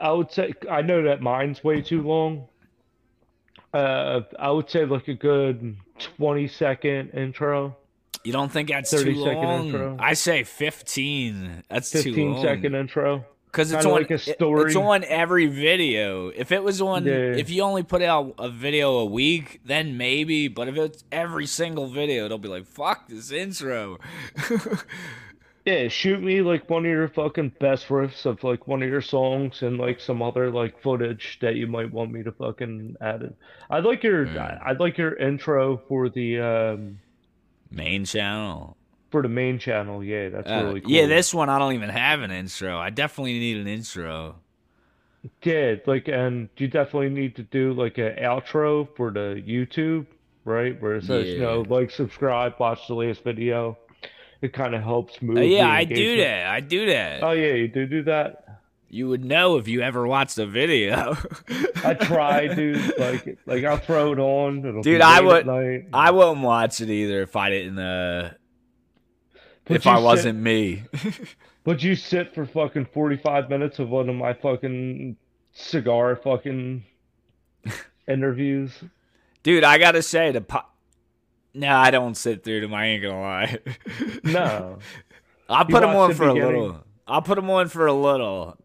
I would say I know that mine's way too long. Uh, I would say like a good twenty second intro. You don't think that's 30 too second long? intro. I say fifteen. That's too 15 long. second intro. Because it's Kinda on. like a it- story. it's on every video. If it was on, Yeah. if you only put out a video a week, then maybe. But if it's every single video, it'll be like fuck this intro. Yeah, shoot me like one of your fucking best riffs of like one of your songs and like some other like footage that you might want me to fucking add in. I'd like your Mm. I'd like your intro for the um Main channel. for the main channel. Yeah, that's Uh, really Yeah, cool. this one I don't even have an intro. I definitely need an intro. Yeah, like and you definitely need to do like an outro for the YouTube, right? Where it says, you Yeah. know, like subscribe, watch the latest video. It kind of helps move Uh, the yeah, I do engagement. that. I do that. Oh yeah, you do do that. you would know if you ever watched a video. I try, dude. Like, like I'll throw it on. It'll be Dude, I late would- At night. I wouldn't watch it either if I didn't. Uh, But Would if you I sit- wasn't me. Would you sit for fucking 45 minutes of one of my fucking cigar fucking interviews? Dude, I gotta say the po- no, I don't sit through them. I ain't gonna lie. No. I'll You put them watch on the for a beginning. little. I'll put them on for a little.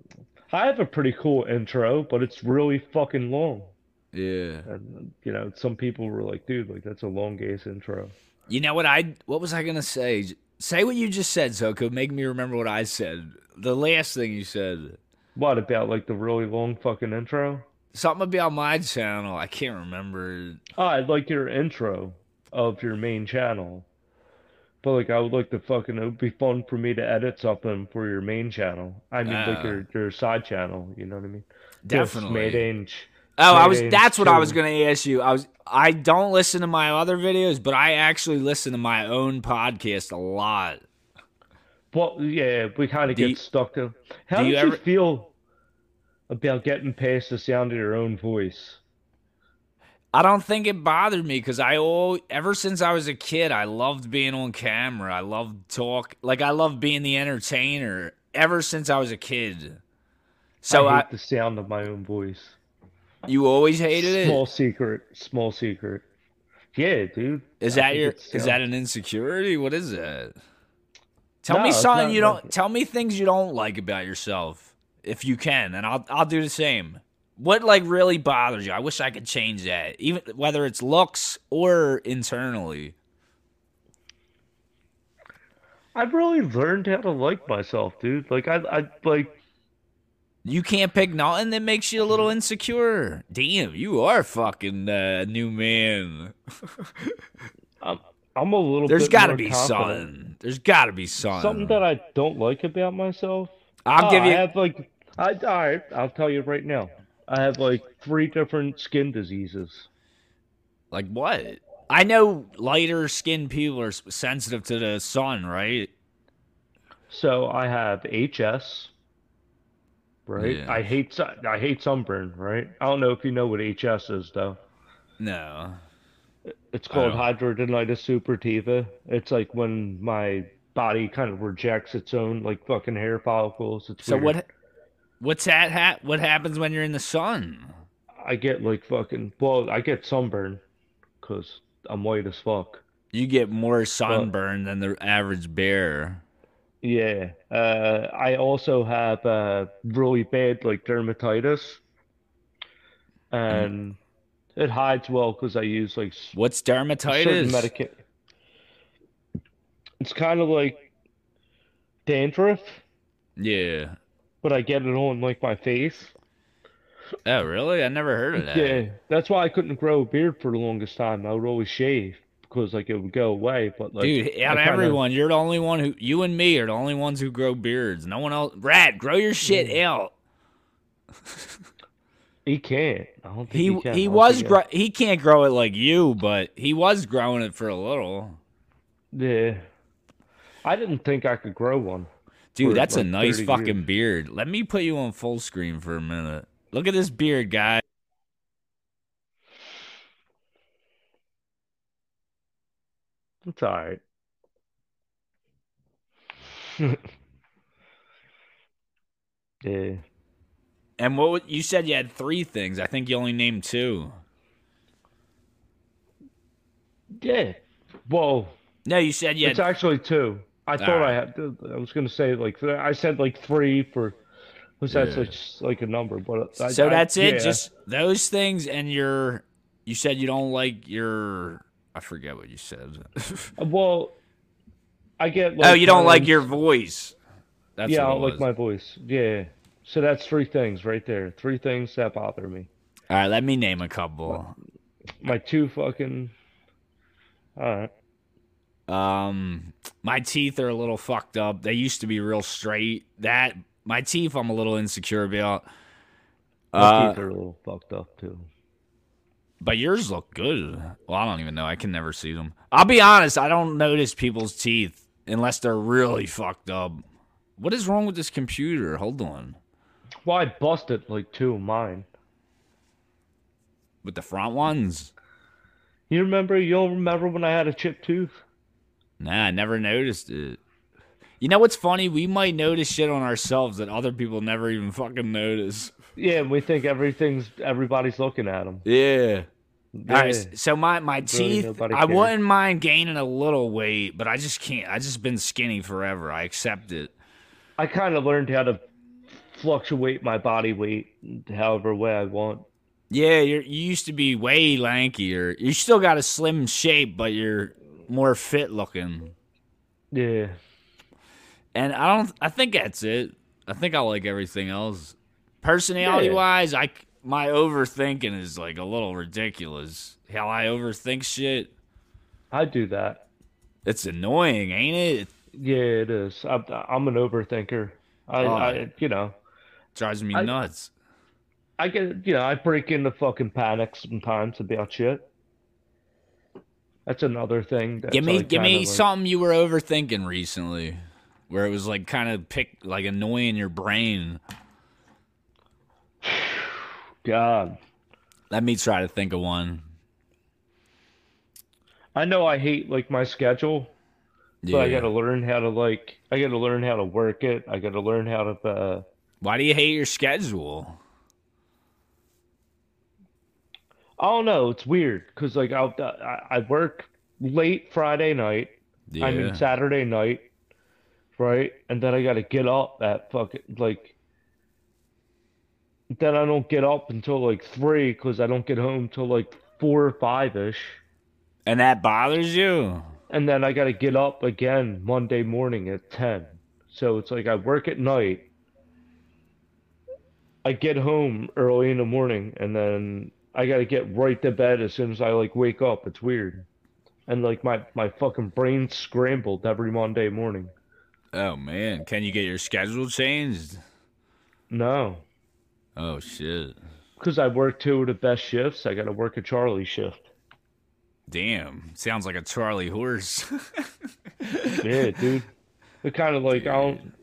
I have a pretty cool intro, but it's really fucking long. Yeah. And, you know, some people were like, dude, like, that's a long ass intro. You know what I? What was I gonna say? J- Say what you just said, Zoko. Make me remember what I said. The last thing you said, What about, like, the really long fucking intro? something about my channel. I can't remember. Oh, I like your intro of your main channel. But, like, I would like to fucking, it would be fun for me to edit something for your main channel. I mean, like, Ah. your, your side channel, you know what I mean? Yes, Definitely. Maydane. Oh, I was. Maydane That's what I was Children. gonna ask you. I was. I don't listen to my other videos, but I actually listen to my own podcast a lot. Well, yeah, we kind of Do get you- stuck to. How do did you you ever- feel about getting past the sound of your own voice? I don't think it bothered me because I all ever since I was a kid, I loved being on camera. I loved talk, like I loved being the entertainer. Ever since I was a kid, so I I, hate the sound of my own voice. you always hated Small it. secret, small secret. Yeah, dude. Is I that think your? it's Is sound. that an insecurity? What is that? Tell No, me it's something not you don't. nothing. Tell me things you don't like about yourself, if you can, and I'll I'll do the same. What like really bothers you? I wish I could change that, even whether it's looks or internally. I've really learned how to like myself, dude. Like I, I like. You can't pick nothing that makes you a little Mm-hmm. insecure. Damn, you are fucking uh, new man. I'm, I'm a little. There's bit got to more be confident. something. There's got to be something. Something that I don't like about myself. I'll Oh, give I you. have like. I, all right, I'll tell you right now. I have like three different skin diseases. like what? I know lighter skinned people are s- sensitive to the sun, right? So I have HS, right? Yeah. I hate sun- I hate sunburn, right? I don't know if you know what HS is though. No. It's called don't. hidradenitis suppurativa. It's like when my body kind of rejects its own like fucking hair follicles. It's So weird. what? What's that? Ha- what happens when you're in the sun? I get like fucking well, I get sunburn because I'm white as fuck. You get more sunburn than the average bear. Yeah. Uh, I also have uh, really bad like dermatitis, and it hides well because I use like s- What's a certain dermatitis? medica- It's kind of like dandruff, yeah. but I get it on like my face. Oh, really? I never heard of that. Yeah, that's why I couldn't grow a beard for the longest time. I would always shave because like it would go away, but like Dude, I out of kinda- everyone, you're the only one who you and me are the only ones who grow beards. No one else. Rat, grow your shit out. he can't. I don't think He can. I he don't was think I- grow. He can't grow it like you, but he was growing it for a little. Yeah, I didn't think I could grow one. Dude, For, that's a like, nice 30 fucking years. beard. Let me put you on full screen for a minute. Look at this beard, guy. It's all right. Yeah. And what would- you said you had three things. I think you only named two. Yeah. Well, No, you said you it's had. actually two. I thought right. I had. I was gonna say like th- I said like three for. Was that Yeah. such like a number? But I, So I- that's it. yeah. Just those things, and your. You said you don't like your. I forget what you said. well, I get. Oh, you don't kinda like your voice. That's yeah, I what it don't like was. my voice. Yeah. So that's three things right there. Three things that bother me. All right, let me name a couple. My two fucking. All right. Um, my teeth are a little fucked up. They used to be real straight. That my teeth, I'm a little insecure about. My Uh, teeth are a little fucked up too. but yours look good. Well, I don't even know. I can never see them. I'll be honest. I don't notice people's teeth unless they're really fucked up. What is wrong with this computer? Hold on. Well, I busted like two of mine. With the front ones? You remember? You'll remember when I had a chipped tooth? Nah, I never noticed it. You know what's funny? We might notice shit on ourselves that other people never even fucking notice. Yeah, we think everything's everybody's looking at them. Yeah. Yeah. All right. s- So my my teeth, nobody I cares. wouldn't mind gaining a little weight, but I just can't. I just been skinny forever. I accept it. I kind of learned how to fluctuate my body weight however way I want. Yeah, you're, you used to be way lankier. You still got a slim shape, but you're more fit looking. Yeah. And I don't. I think that's it. I think I like everything else. Personality Yeah. wise, I c- my overthinking is like a little ridiculous. How I overthink shit. I do that. It's annoying, ain't it? Yeah, it is. I'm, I'm an overthinker. I, Oh. I, you know, It drives me I- nuts. I get, you know, I break into fucking panic sometimes about shit. That's another thing. That's Give me, like give me kinda like- something you were overthinking recently, where it was like kind of pick like annoying your brain. God, Let me try to think of one. I know I hate like my schedule, Yeah. but I gotta learn how to like, I gotta learn how to work it. I gotta learn how to, uh, Why do you hate your schedule? I don't know. It's weird because like I'll, I, I work late Friday night. Yeah. I mean Saturday night, right? And then I gotta get up at fucking like. Then I don't get up until like three because I don't get home till like four or five ish, and that bothers you? and then I gotta get up again Monday morning at ten. So it's like I work at night. I get home early in the morning, and then I gotta get right to bed as soon as I like wake up. It's weird, and like my my fucking brain scrambled every Monday morning. Oh man, can you get your schedule changed? No, Oh shit. because I work two of the best shifts. I got to work a Charlie shift. Damn, sounds like a Charlie horse. Yeah, dude. It kind of like I don't.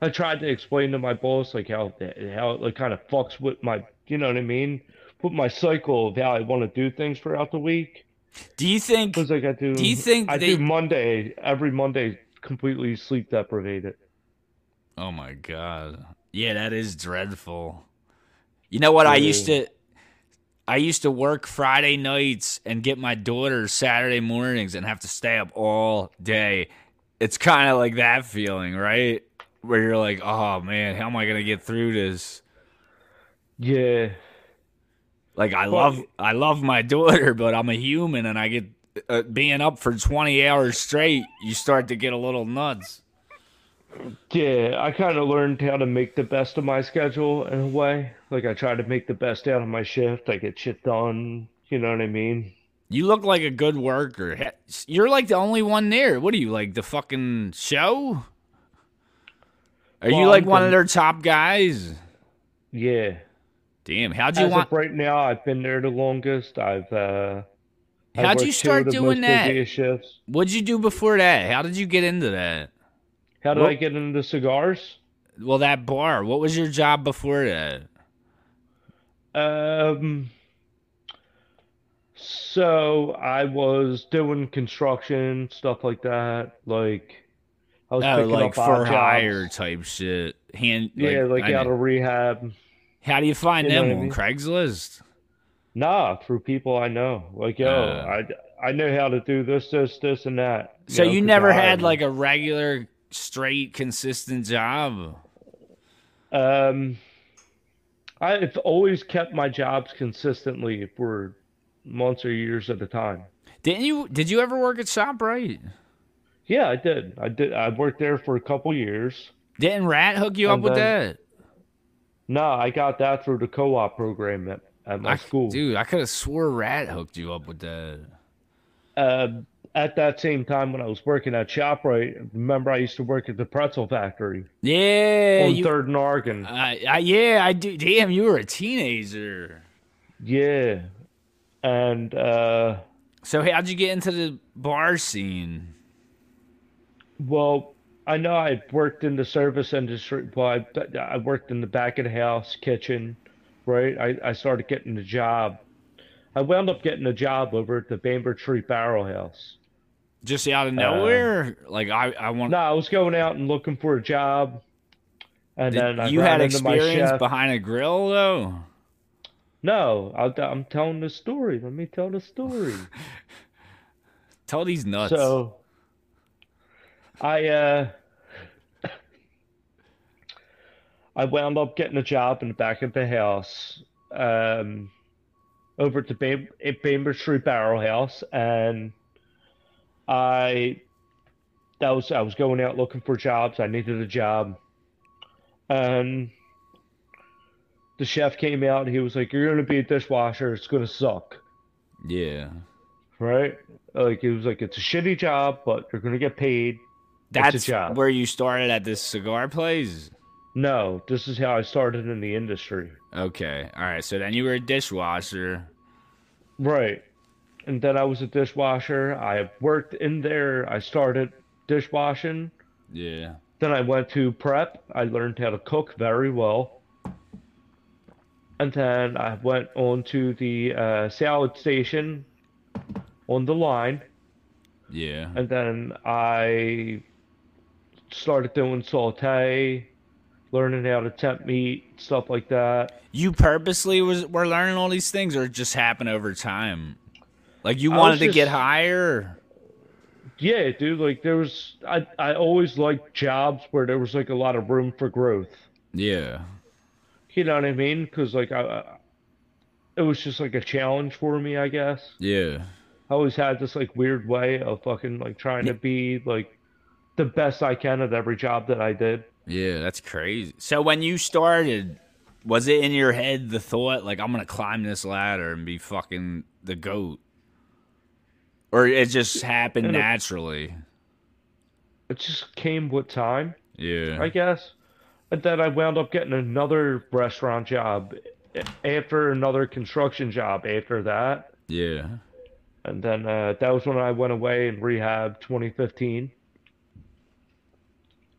I tried to explain to my boss like how how it like kind of fucks with my you know what I mean, with my cycle of how I want to do things throughout the week. do you think Because like I do, Do you think I they- do Monday every Monday completely sleep deprivated. Oh my god. Yeah, that is dreadful. You know what I used Yeah. to I used to work Friday nights and get my daughter Saturday mornings and have to stay up all day. It's kind of like that feeling, right? Where you're like, "Oh man, how am I going to get through this?" Yeah, Like I Well, love I love my daughter, but I'm a human and I get uh, being up for 20 hours straight, you start to get a little nuts. yeah. I kind of learned how to make the best of my schedule in a way. Like I try to make the best out of my shift. I get shit done. You know what I mean? You look like a good worker. He- You're like the only one there. What are you like the fucking show? Are you Well, like I'm one of the- their top guys? Yeah. Damn, how'd you As want? of right now, I've been there the longest. I've uh, I've How'd you worked two start of the doing most that? busiest shifts. What'd you do before that? How did you get into that? How did Well- I get into cigars? Well, that bar. What was your job before that? Um, so I was doing construction stuff like that. Like I was Oh, picking like up odd for jobs. hire type shit. Hand. Yeah, like, I out know. of rehab. how do you find you know them what I on mean? Craigslist? Nah, through people I know. Like yo, Uh. I I know how to do this, this, this, and that. So know, you 'cause never they hired had me. like a regular, straight, consistent job. Um, I've always kept my jobs consistently for months or years at a time. Didn't you? Did you ever work at Shoprite? Yeah, I did. I did. I worked there for a couple years. Didn't Rat hook you up And with then- that? No, I got that through the co-op program at, at my I, school. Dude, I could have swore Rat hooked you up with that. Um, at that same time when I was working at ShopRite, remember I used to work at the pretzel factory Yeah, on you, Uh, Third and Argon. I, I, yeah, I do. Damn, you were a teenager. Yeah, and uh, So how'd you get into the bar scene? Well, I know I worked in the service industry. Well, I, I worked in the back of the house, kitchen, right? I, I started getting a job. I wound up getting a job over at the Bamber Tree Barrel House. Just out of nowhere, like I, I want. Uh, No, I was going out and looking for a job, and Did- then I you ran had into my experience chef. behind a grill though. No, I, I'm telling the story. Let me tell the story. Tell these nuts. So I uh I wound up getting a job in the back of the house um over at the Bain- at Bainbridge Street Barrel House and I that was I was going out looking for jobs. I needed a job. And the chef came out and he was like, You're gonna be a dishwasher, it's gonna suck yeah, right? Like it was like it's a shitty job, but you're gonna get paid. that's job. where you started at this cigar place. No, this is how I started in the industry, Okay, all right. So then you were a dishwasher. right? And then I was a dishwasher. I worked in there. I started dishwashing. Yeah. Then I went to prep. I learned how to cook very well. And then I went on to the uh, salad station on the line. Yeah. And then I started doing saute, learning how to temp meat, stuff like that. You purposely was were learning all these things, or it just happened over time? Like you I was wanted to get just- higher? Yeah, dude, like there was I I always liked jobs where there was like a lot of room for growth. Yeah. You know what I mean? Cuz like I I- it was just like a challenge for me, I guess. Yeah. I always had this like weird way of fucking like trying to be like the best I can at every job that I did. Yeah, that's crazy. So when you started, was it in your head the thought like I'm gonna climb this ladder and be fucking the goat, or it just happened In a- naturally? It just came with time. Yeah. I guess. And then I wound up getting another restaurant job a- after another construction job after that. Yeah. And then uh, that was when I went away and rehab 2015.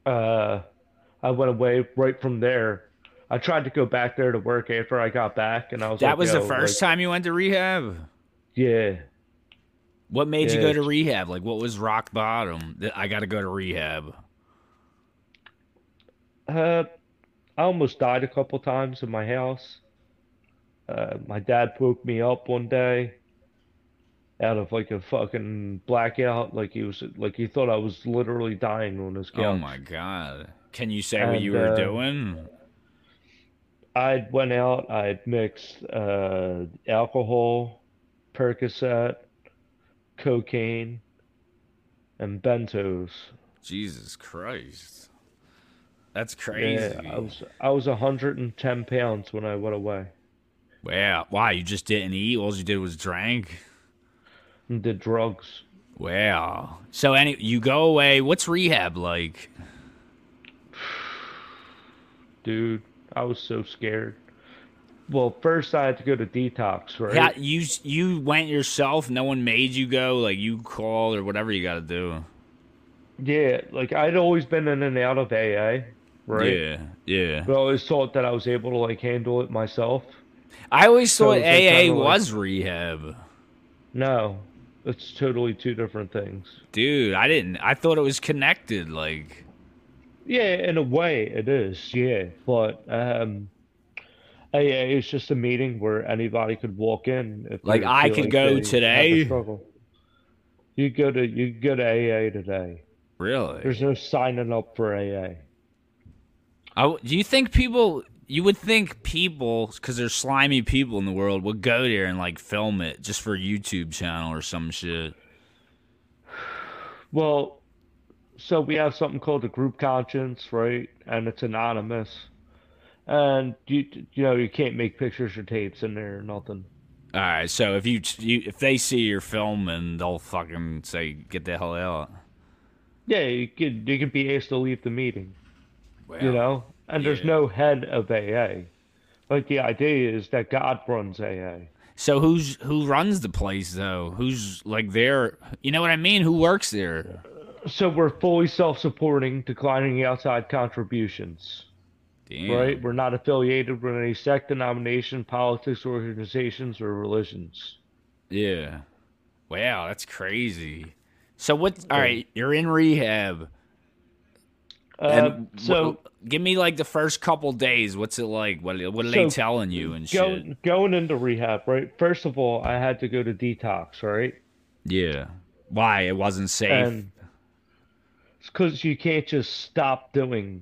Uh, I went away right from there. I tried to go back there to work after I got back, and I was That like, was the "Yo, first like, time you went to rehab. Yeah, What made you Yeah. go to rehab? Like, what was rock bottom? That I got to go to rehab. uh, I almost died a couple times in my house. Uh, my dad woke me up one day out of like a fucking blackout. Like he was, like he thought I was literally dying on his couch. Oh my god! Can you say what And, you were uh, doing? I went out. I had mixed uh, alcohol, Percocet, cocaine, and Bentos. Jesus Christ. That's crazy. Yeah, I was I was 110 pounds when I went away wow. Wow. You just didn't eat. All you did was drink. and did drugs. Wow. So any you go away. What's rehab like? Dude, I was so scared. Well, first I had to go to detox, right? Yeah, you you went yourself. No one made you go. Like you called or whatever you got to do. Yeah, like I'd always been in and out of AA, right? Yeah. Yeah. But I always thought that I was able to like handle it myself. I always So thought it was like AA kinda like- was rehab. No, it's totally two different things. Dude, I didn't. I thought it was connected. Like, Yeah, in a way it is, yeah. But um AA is just a meeting where anybody could walk in if Like, they I feel could like go they have a today? struggle. You go to you go to AA today. really? There's no signing up for AA. I w do you think people? You would think people, because there's slimy people in the world, would go there and like film it just for YouTube channel or some shit. Well, so we have something called a group conscience, right? And it's anonymous. And you you know, you can't make pictures or tapes in there or nothing. All right, so if you, you if they see your filming, they'll fucking say get the hell out. Yeah, you could you could be asked to leave the meeting. Wow. you know and there's Yeah. no head of aa like the idea is that god runs aa So who's who runs the place though? Who's like there? You know what I mean? Who works there? so we're fully self-supporting declining outside contributions Damn. right we're not affiliated with any sect denomination politics organizations or religions Yeah. Wow, that's crazy. So what? All right, you're in rehab. Uh, and wh- so give me like the first couple days. What's it like? What what are they So, telling you and going shit? going into rehab, right? First of all, I had to go to detox, right? Yeah. Why it wasn't safe? And it's because you can't just stop doing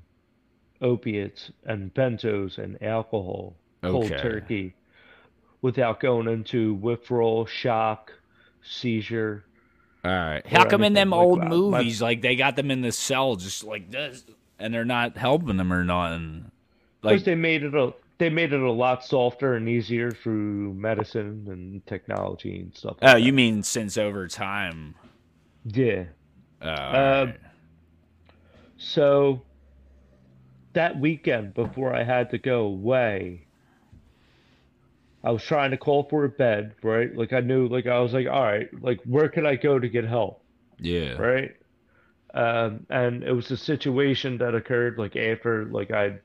opiates and benzos and alcohol cold Okay. turkey without going into withdrawal, shock, seizure. All right. How come in them anything like uh, old that. My- movies, like they got them in the cell just like this, and they're not helping them or nothing? Because Like, they made it a they made it a lot softer and easier through medicine and technology and stuff. oh, like you mean since over time? that. yeah. Oh, Um, So that weekend before I had to go away, I was trying to call for a bed, right? Like I knew, like I was like, all right, like where could I go to get help, yeah. right? Um, and it was a situation that occurred like after like I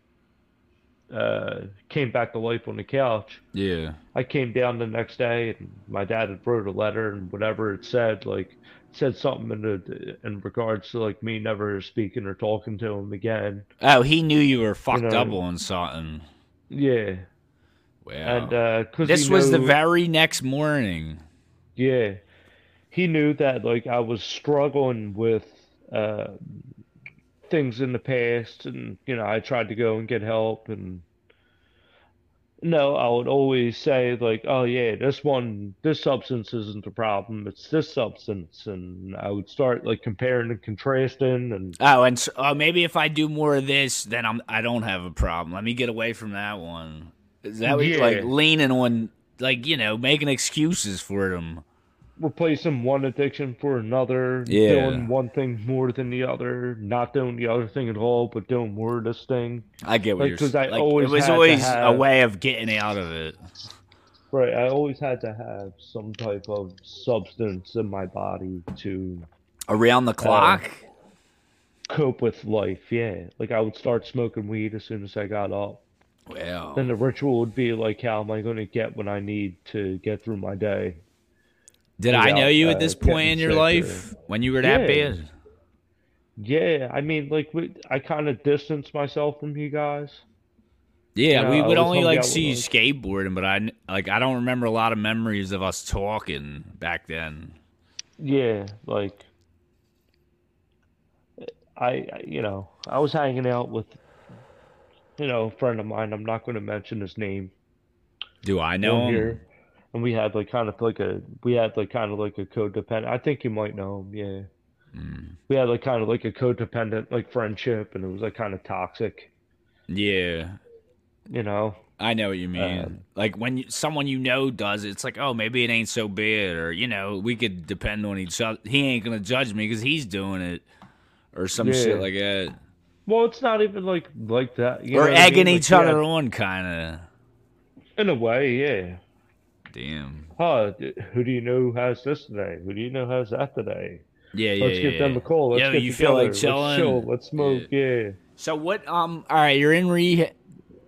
uh, came back to life on the couch. Yeah. I came down the next day, and my dad had wrote a letter, and whatever it said, like it said something in the, in regards to like me never speaking or talking to him again. Oh, he knew you were fucked know- up on something. Yeah, Wow. and uh, 'cause this he was the knew- very next morning. yeah, he knew that like I was struggling with uh, things in the past, and you know I tried to go and get help, and no, I would always say like, oh yeah, this one, this substance isn't the problem, it's this substance, and I would start like comparing and contrasting, and Oh, and so, oh, maybe if I do more of this, then I'm I don't have a problem. Let me get away from that one. Is that what you- like Yeah. leaning on, like you know, making excuses for them? replacing one addiction for another, Yeah. doing one thing more than the other, not doing the other thing at all, but doing more of this thing. I get what Like, you're 'cause saying. I Like, always it was had to always a have- way of getting out of it. Right, I always had to have some type of substance in my body to Around the clock. cope with life. Yeah, like I would start smoking weed as soon as I got up. Wow. Oh. Then the ritual would be like, how am I going to get what I need to get through my day? Did I know without, you at uh, this point getting in your sick or- life when you were that Yeah. bad? Yeah, I mean, like we, I kind of distanced myself from you guys. Yeah, Yeah, we I would was only hung like out with see you us. skateboarding, but I kn- like I don't remember a lot of memories of us talking back then. Yeah, like I, I- you know, I was hanging out with, you know, a friend of mine. I'm not going to mention his name. Do I know on him? here, and we had like kind of like a we had like kind of like a codependent. I think you might know him, yeah. Mm. We had like kind of like a codependent like friendship, and it was like kind of toxic, Yeah, you know. I know what Uh, you mean. like when you, someone you know does it, it's like, oh, maybe it ain't so bad, or you know, we could depend on each other. He ain't gonna judge me because he's doing it, or some shit Yeah. like that, Well, it's not even like like that. You or know what I egging mean? Like, each yeah, other on, kind in a way, yeah. of. Damn. Huh? d- Who do you know who has this today? Who do you know has that today? Yeah, yeah, Let's yeah. get them a call. Let's Yeah, get you feel like together. Let's chilling. chill. Let's smoke. Yeah. So what? Um. All right, you're in rehab.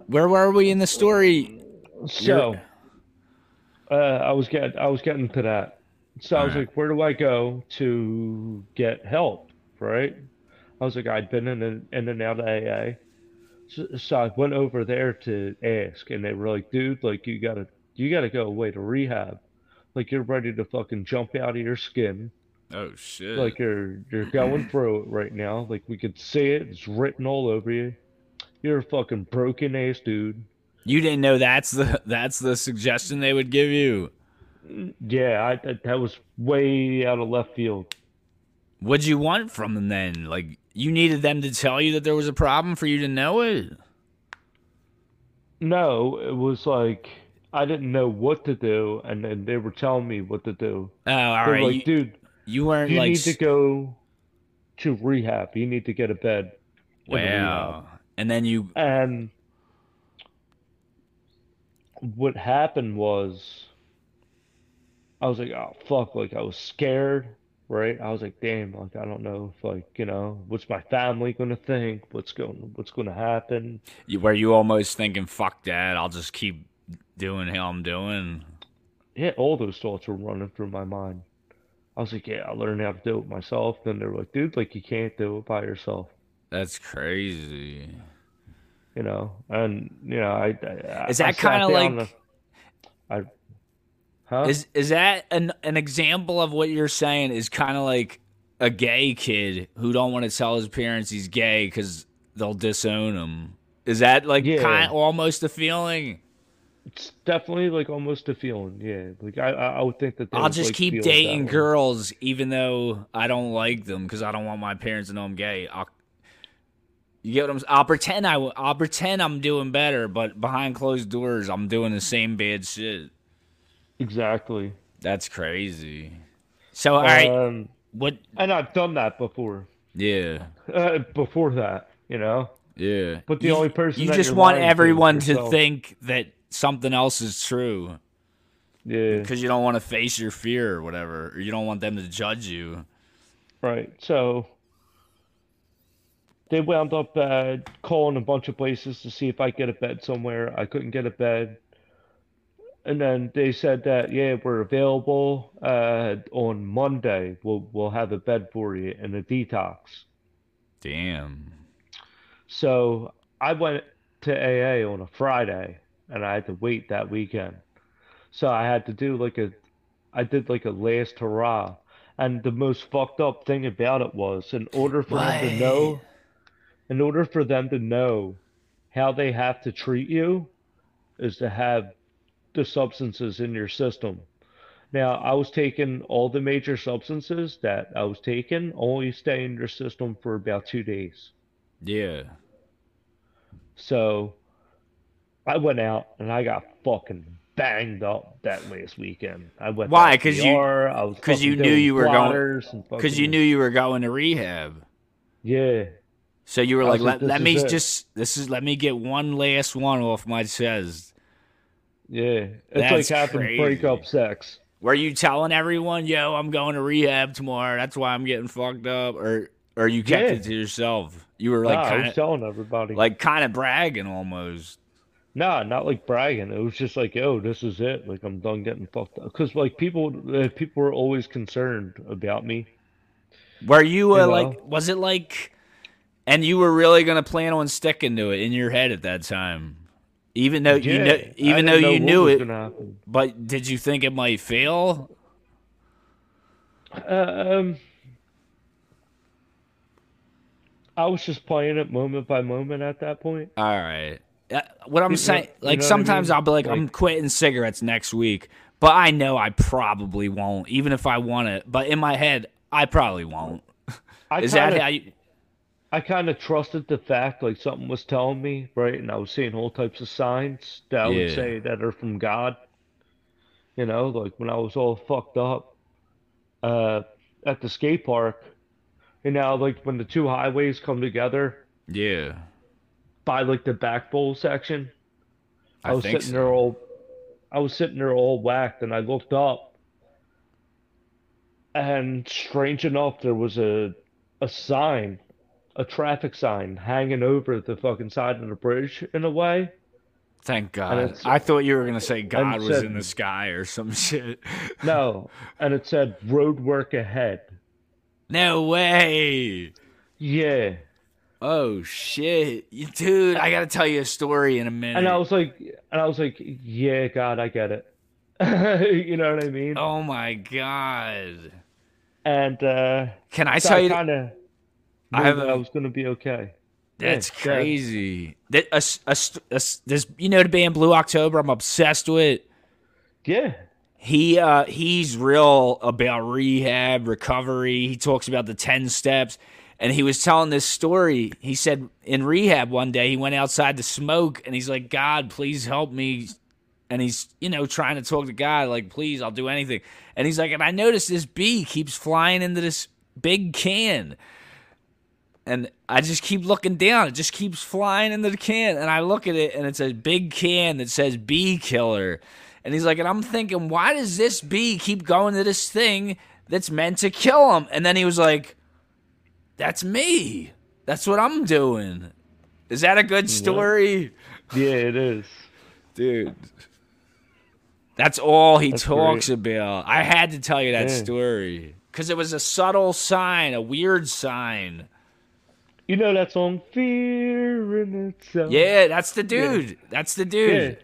Where were we in the story? So, uh, I was getting I was getting to that. So I was Alright. like, where do I go to get help? Right? I was like, I'd been in and in and out of AA, so, so I went over there to ask, and they were like, dude, like you gotta you gotta go away to rehab. Like you're ready to fucking jump out of your skin. Oh shit. Like you're you're going through it right now. Like we could see it. It's written all over you. You're a fucking broken ass dude. you didn't know that's the that's the suggestion they would give you. Yeah, I that, that was way out of left field. What'd you want from them then? Like you needed them to tell you that there was a problem for you to know it. No, it was like I didn't know what to do, and then they were telling me what to do. Oh, all They're right. like, you, dude, you weren't you like need to s- go to rehab. You need to get a bed. in the rehab." wow. And then you And what happened was, I was like, oh fuck, like I was scared, right? I was like, damn, like I don't know if like, you know, what's my family gonna think? What's going, what's gonna happen? you- were you almost thinking, "Fuck that! I'll just keep doing how I'm doing." Yeah, all those thoughts were running through my mind. I was like, yeah, I'll learn how to do it myself. Then they were like, dude, like you can't do it by yourself, That's crazy. you know. And you know, I, I Is I that sat kinda down like- and I, huh? Is is that an an example of what you're saying? Is kind of like a gay kid who don't want to tell his parents he's gay because they'll disown him. Is that like Yeah. kind almost a feeling? it's definitely like almost a feeling, yeah. Like I, I I would think that they I'll would, just like, feel keep it that dating way. girls even though I don't like them because I don't want my parents to know I'm gay. I'll, you get what I'm? s- I'll pretend I will. I'll pretend I'm doing better, but behind closed doors, I'm doing the same bad shit. Exactly. That's crazy. So all right, Um, what? and I've done that before. Yeah, Uh, before that, you know. yeah. But the You- only person you that just you're want lying to is everyone to yourself. think that something else is true Yeah. because you don't want to face your fear or whatever, or you don't want them to judge you. Right. So they wound up uh, calling a bunch of places to see if I could get a bed somewhere. I couldn't get a bed. And then they said that, yeah, we're available uh, on Monday. We'll we'll have a bed for you and a detox. Damn. So I went to AA on a Friday and I had to wait that weekend. So I had to do like a, I did like a last hurrah. And the most fucked up thing about it was in order for them to know, in order for them to know how they have to treat you is to have the substances in your system. Now, I was taking all the major substances that I was taking, only stay in your system for about two days. Yeah. So I went out and I got fucking banged up that last weekend. I went to Why? 'Cause you- PR, I was 'cause you fucking knew doing you were going- blotters and Because you fucking- knew you were going to rehab. yeah So you were I like, was let, like, let this me is it." just, this is, let me get one last one off my chest. yeah it's That's like having breakup crazy. sex. Were you telling everyone, yo, I'm going to rehab tomorrow. That's why I'm getting fucked up. Or, or you kept Yeah. it to yourself. You were like, nah, I kind was of, telling everybody. like kind of bragging almost. nah, not like bragging. It was just like, oh, this is it. Like I'm done getting fucked up. Because like people, uh, people were always concerned about me. Were you, uh, You know? like, was it like, and you were really going to plan on sticking to it in your head at that time? Even though you Yeah, know, I even didn't though know you what knew was it, gonna happen. but did you think it might fail? Um, I was just playing it moment by moment at that point. All right. Uh, What I'm You- saying, you like know what I sometimes mean? I'll be like, I'm Like- quitting cigarettes next week, but I know I probably won't, even if I want to. But in my head, I probably won't. I Is kinda, that how you? I kind of trusted the fact like something was telling me, right? And I was seeing all types of signs that I would Yeah. say that are from God. You know, like when I was all fucked up uh, at the skate park, and now like when the two highways come together Yeah, by like the back bowl section, I, was think sitting there all, I was sitting there all whacked, and I looked up, and strange enough, there was a a sign, a traffic sign hanging over the fucking side of the bridge in a way. Thank God. it's- I thought you were gonna say God it was said- in the sky or some shit. No, and it said road work ahead. No way. Yeah, Oh shit, You- dude! I gotta tell you a story in a minute. and I was like, and I was like, yeah, God, I get it. You know what I mean? oh my god. And uh, Can I so tell I you? kind of I knew have that a- I was gonna be okay. That's Yeah, yeah. crazy. That a s- a s- a s- this you know the band Blue October. I'm obsessed with. Yeah, He uh he's real about rehab, recovery. He talks about the 10 steps and he was telling this story. He said in rehab one day he went outside to smoke and he's like, "God, please help me." And he's, you know, trying to talk to God like, "Please, I'll do anything." And he's like, "And I noticed this bee keeps flying into this big can." And I just keep looking down. It just keeps flying into the can. And I look at it and it's a big can that says bee killer. And he's like, and I'm thinking, why does this bee keep going to this thing that's meant to kill him? And then he was like, that's me. That's what I'm doing. Is that a good story? yeah, it is. Dude. That's all he That's talks about. I had to tell you that Yeah. story. because it was a subtle sign, a weird sign. You know that song, Fear in Itself. Yeah, that's the dude. That's the dude.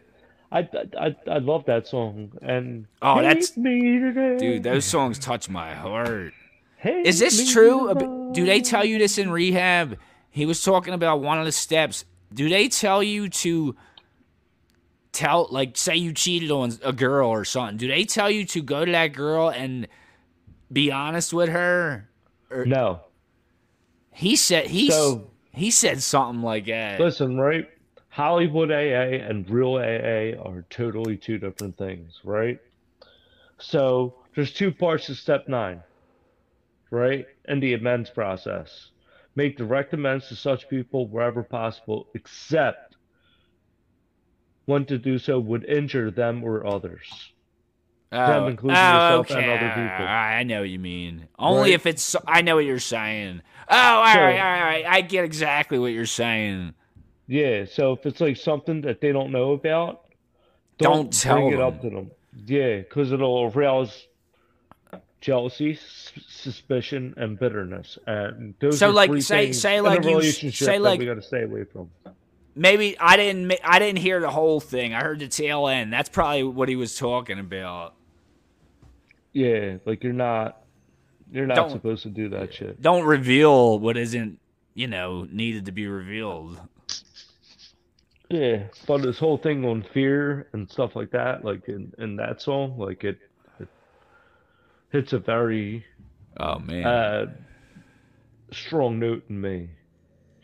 Yeah. I, I I love that song and Oh, that's- Hate me today. Dude, those songs touch my heart. Hate Is me this true? Ab- tonight. Do they tell you this in rehab? He was talking about one of the steps. Do they tell you to tell, like, say you cheated on a girl or something? Do they tell you to go to that girl and be honest with her? No, He said he s- So- he said something like that. listen, right? Hollywood AA and real AA are totally two different things, right? So there's two parts to step nine, right? In the amends process, make direct amends to such people wherever possible, except when to do so would injure them or others. Oh, them including yourself and other people. I I know what you mean. Only Right? if it's. I know what you're saying. Oh, all right, So- all right, all right. I get exactly what you're saying. Yeah, so if it's like something that they don't know about, Don't tell bring it up to them. Yeah, because it'll arouse jealousy, s- suspicion, and bitterness, and those So, are like, three say- things say, in like, a you s- relationship say, that like- we got to stay away from. Maybe I didn't. ma- I didn't hear the whole thing. I heard the tail end. That's probably what he was talking about. Yeah, like you're not, you're not Don't- supposed to do that shit. Don't reveal what isn't, you know, needed to be revealed. Yeah, but this whole thing on fear and stuff like that, like in in that song, like it, it hits a very Oh man, uh, strong note in me.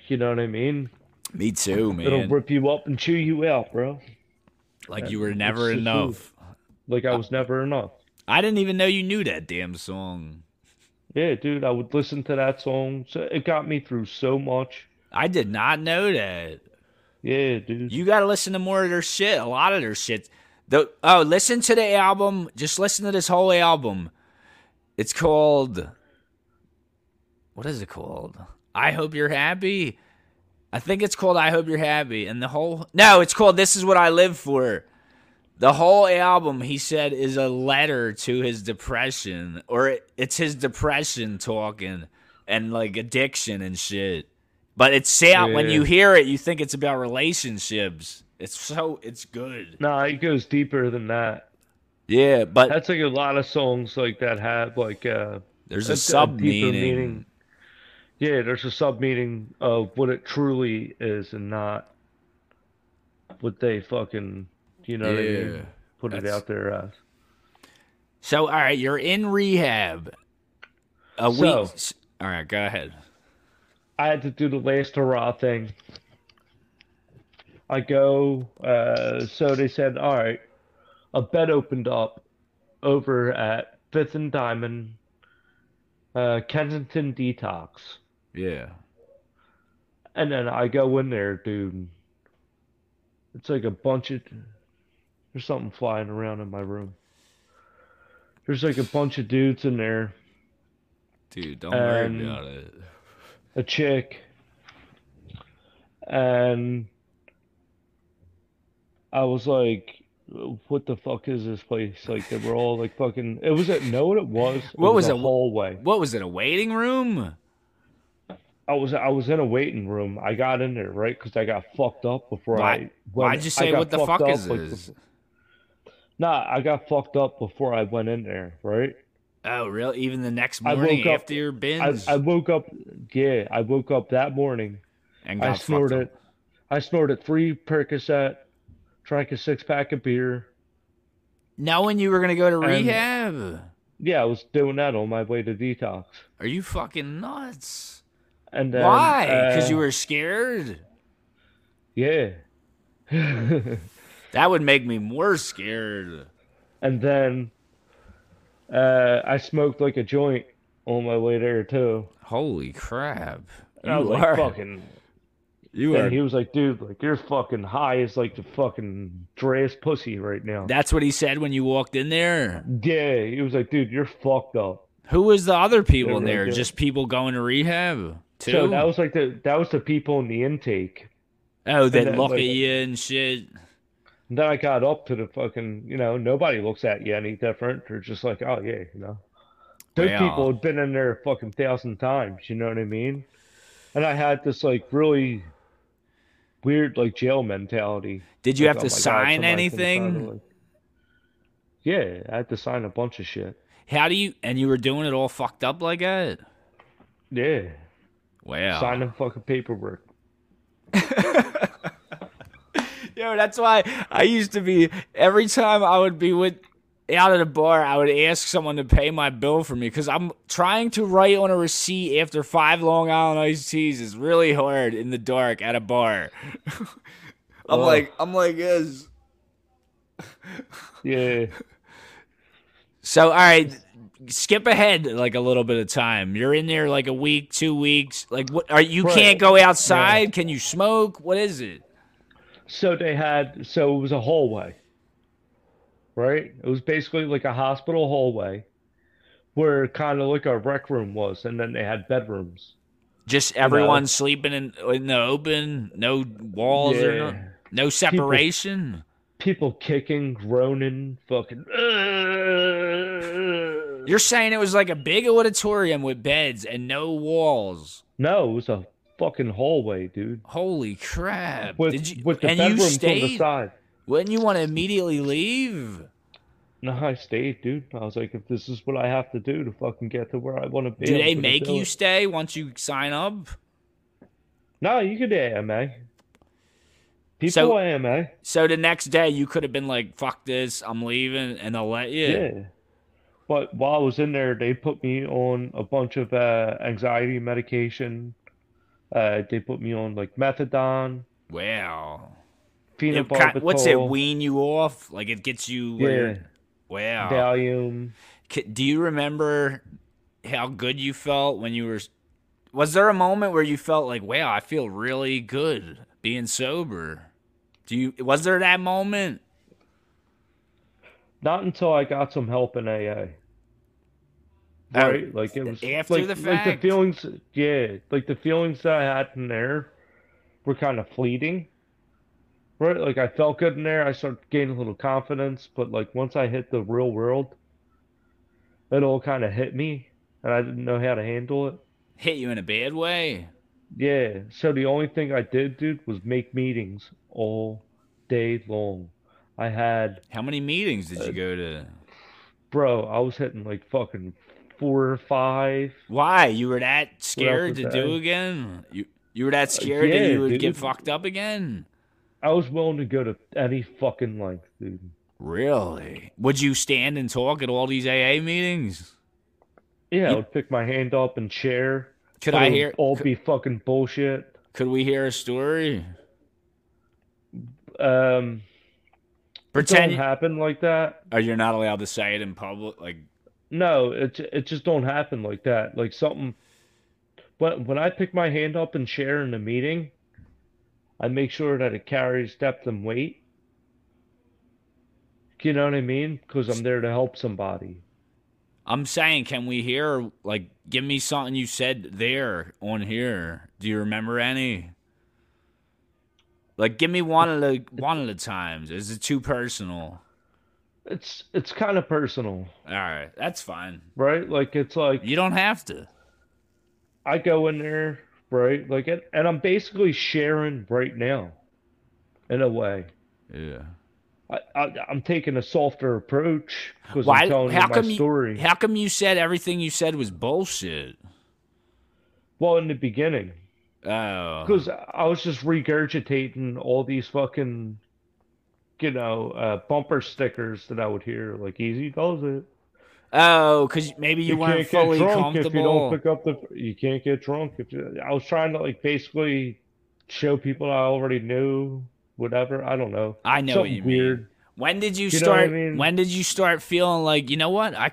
You know what I mean? me too, It'll man. rip you up and chew you out, bro. Like you were never uh, the truth. enough. Like I was never enough. I didn't even know you knew that damn song. Yeah, dude, I would listen to that song. So it got me through so much. I did not know that. Yeah, dude. You got to listen to more of their shit. A lot of their shit. The, oh, listen to the album. Just listen to this whole album. It's called. What is it called? I hope you're happy. I think it's called I hope you're happy. And the whole no, it's called This is what I live for. The whole album, he said, is a letter to his depression, or it, it's his depression talking and like addiction and shit. But it's sound when Yeah. you hear it, you think it's about relationships. It's so it's good. Nah, it goes deeper than that. Yeah, but That's like a lot of songs like that have like uh there's a- a a sub deeper meaning. meaning. Yeah, there's a sub meaning of what it truly is and not what they fucking you know what I mean, Yeah, put it that's- out there as. So all right, you're in rehab. A week. So- all right, go ahead. I had to do the last hurrah thing. I go, uh, so they said, all right, a bed opened up over at Fifth and Diamond, uh, Kensington Detox. Yeah. And then I go in there, dude. It's like a bunch of, there's something flying around in my room. There's like a bunch of dudes in there, Dude, don't worry Um, about it. a chick, and I was like, "What the fuck is this place?" Like they were all like fucking. It was a no, what it was. It What was a it? hallway? What was it? A waiting room? I was I was in a waiting room. I got in there right because I got fucked up before Why- I. when why'd you I say, got "What the fucked fuck up," is like, this? before- Nah, I got fucked up before I went in there. Right. Oh, really? Even the next I woke morning up- after your I, binge I woke up. Yeah, I woke up that morning. and got I fucked snorted, up. I snorted three Percocet, drank a six pack of beer. knowing you were gonna go to And- rehab. Yeah, I was doing that on my way to detox. Are you fucking nuts? And then, Why? Because uh, you were scared. yeah. and That would make me more scared. then, uh, I smoked like a joint on my way there too. Holy crap! And I was You like, are. fucking. you And are. he was like, dude, like you're fucking high as like the fucking driest pussy right now. That's what he said when you walked in there. yeah, he was like, dude, you're fucked up. Who was the other people They're in really there? good. Just people going to rehab too. So that was like the that was the people in the intake. oh, they then, look like- at you and shit. And then I got up to the fucking, you know, nobody looks at you any different. They're just like, oh yeah, you know. Those Yeah. people had been in there fucking thousand times. You know what I mean? And I had this like really weird like jail mentality. Did you Like, have oh to my God, sign somebody can decide anything? to, like- Yeah, I had to sign a bunch of shit. How do you? And you were doing it all fucked up like that. Yeah, Wow. signing fucking paperwork. Yo, that's why I used to be every time I would be with out at a bar, I would ask someone to pay my bill for me because I'm trying to write on a receipt after five Long Island iced teas is really hard in the dark at a bar. I'm Ugh. like, I'm like, yes. Yeah, So, all right, skip ahead like a little bit of time. You're in there like a week, two weeks. Like, what are you Right. can't go outside? Can you smoke? What is it? so they had so it was a hallway, right? It was basically like a hospital hallway, where kind of like a rec room was, and then they had bedrooms. Just everyone sleeping in in the open, no walls or no, Yeah. no separation. People kicking, groaning, fucking. You're saying it was like a big auditorium with beds and no walls. No, it was a fucking hallway, dude. Holy crap! With Did you with the and you bedrooms on the stayed? side. Wouldn't you want to immediately leave? No, I stayed, dude. I was like, if this is what I have to do to fucking get to where I want to be, Do I'm they gonna make do you it. stay once you sign up? No, you could AMA. People So- AMA. So the next day you could have been like, "Fuck this, I'm leaving," and they'll let you. Yeah. But while I was in there, they put me on a bunch of uh, anxiety medication. Uh, they put me on like methadone, Wow. phenobarbital, It ki- what's it wean you off? Like it gets you. where yeah, you're- Wow. Valium. C- Do you remember how good you felt when you were? Was there a moment where you felt like, "Wow, I feel really good being sober"? Do you? Was there that moment? Not until I got some help in AA. Oh, Right? Like it was after like, the like the fact. feelings yeah, like the feelings that I had in there were kind of fleeting. Right? Like I felt good in there, I started gaining a little confidence, but like once I hit the real world, it all kind of hit me and I didn't know how to handle it. Hit you in a bad way. Yeah, so the only thing I did, dude, was make meetings all day long. I had How many meetings Uh, did you go to? Bro, I was hitting like fucking four or five. Why you were that scared was to that? Uh, do again? You you were that scared that yeah, you would get dude. fucked up again. I was willing to go to any fucking length, dude. Really? Would you stand and talk at all these AA meetings? Yeah, I You- would pick my hand up and share. Could but I it would hear? all could- be fucking bullshit. could we hear a story? Um, it don't Pretend. happen like that. Are you not allowed to say it in public? Like No, it ju- it just don't happen like that. Like something. When when I pick my hand up and share in a meeting, I make sure that it carries depth and weight. You know what I mean? Because I'm there to help somebody. I'm saying, can we hear? Like, give me something you said there on here. Do you remember any? Like, give me one of the one of the times. Is it too personal? It's it's kind of personal, All right, that's fine. right? Like it's like. You don't have to. I go in there, right? Like, and, and I'm basically sharing right now, in a way. Yeah. I, I, I'm taking a softer approach because Why? I'm telling How you my come you? story. How come you said everything you said was bullshit? well, in the beginning, Oh, because I was just regurgitating all these fucking, you know, uh, bumper stickers that I would hear, like "Easy does it." oh, because maybe you, weren't can't get fully drunk if you comfortable. don't pick up the. You can't get drunk if you. I was trying to like basically show people I already knew, whatever. I don't know. I know what Something you mean. weird. When did you, You know what I start? mean? When did you start feeling like you know what I?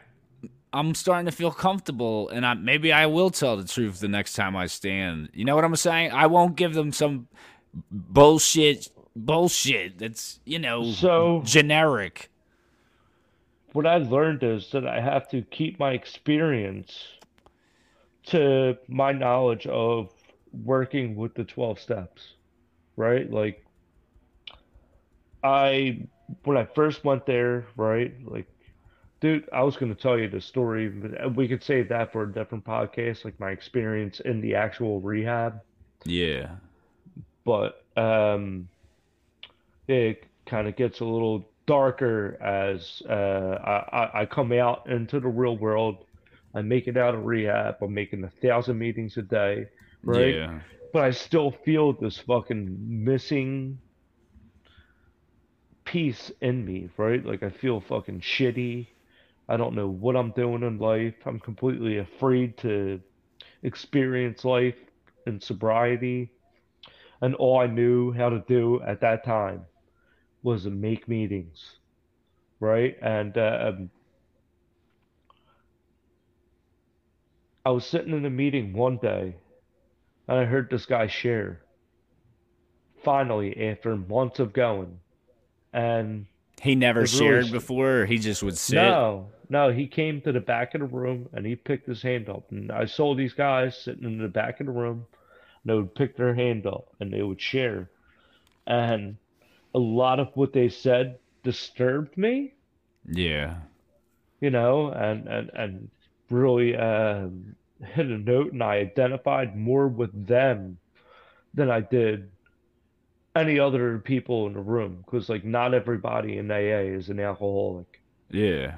I'm starting to feel comfortable, and I maybe I will tell the truth the next time I stand. You know what I'm saying? I won't give them some bullshit, bullshit that's you know So generic. what I learned is that I have to keep my experience to my knowledge of working with the 12 steps, right? Like I when I first went there, right? Like Dude, I was going to tell you the story, but we could save that for a different podcast, like my experience in the actual rehab. Yeah. But um, it kind of gets a little darker as uh, I, I- I come out into the real world. I make it out of rehab. I'm making a thousand meetings a day, right? Yeah. but I still feel this fucking missing piece in me, right? Like I feel fucking shitty. I don't know what I'm doing in life. I'm completely afraid to experience life in sobriety. And all I knew how to do at that time was to make meetings, right? And uh, um, I was sitting in a meeting one day and I heard this guy share. Finally, after months of going, and He never It really shared sh- before. Or he just would sit. no, no, he came to the back of the room and he picked his hand up. And I saw these guys sitting in the back of the room, and they would pick their hand up and they would share. And a lot of what they said disturbed me. Yeah. you know, and and and really um, hit a note, and I identified more with them than I did any other people in the room, because like not everybody in AA is an alcoholic. Yeah.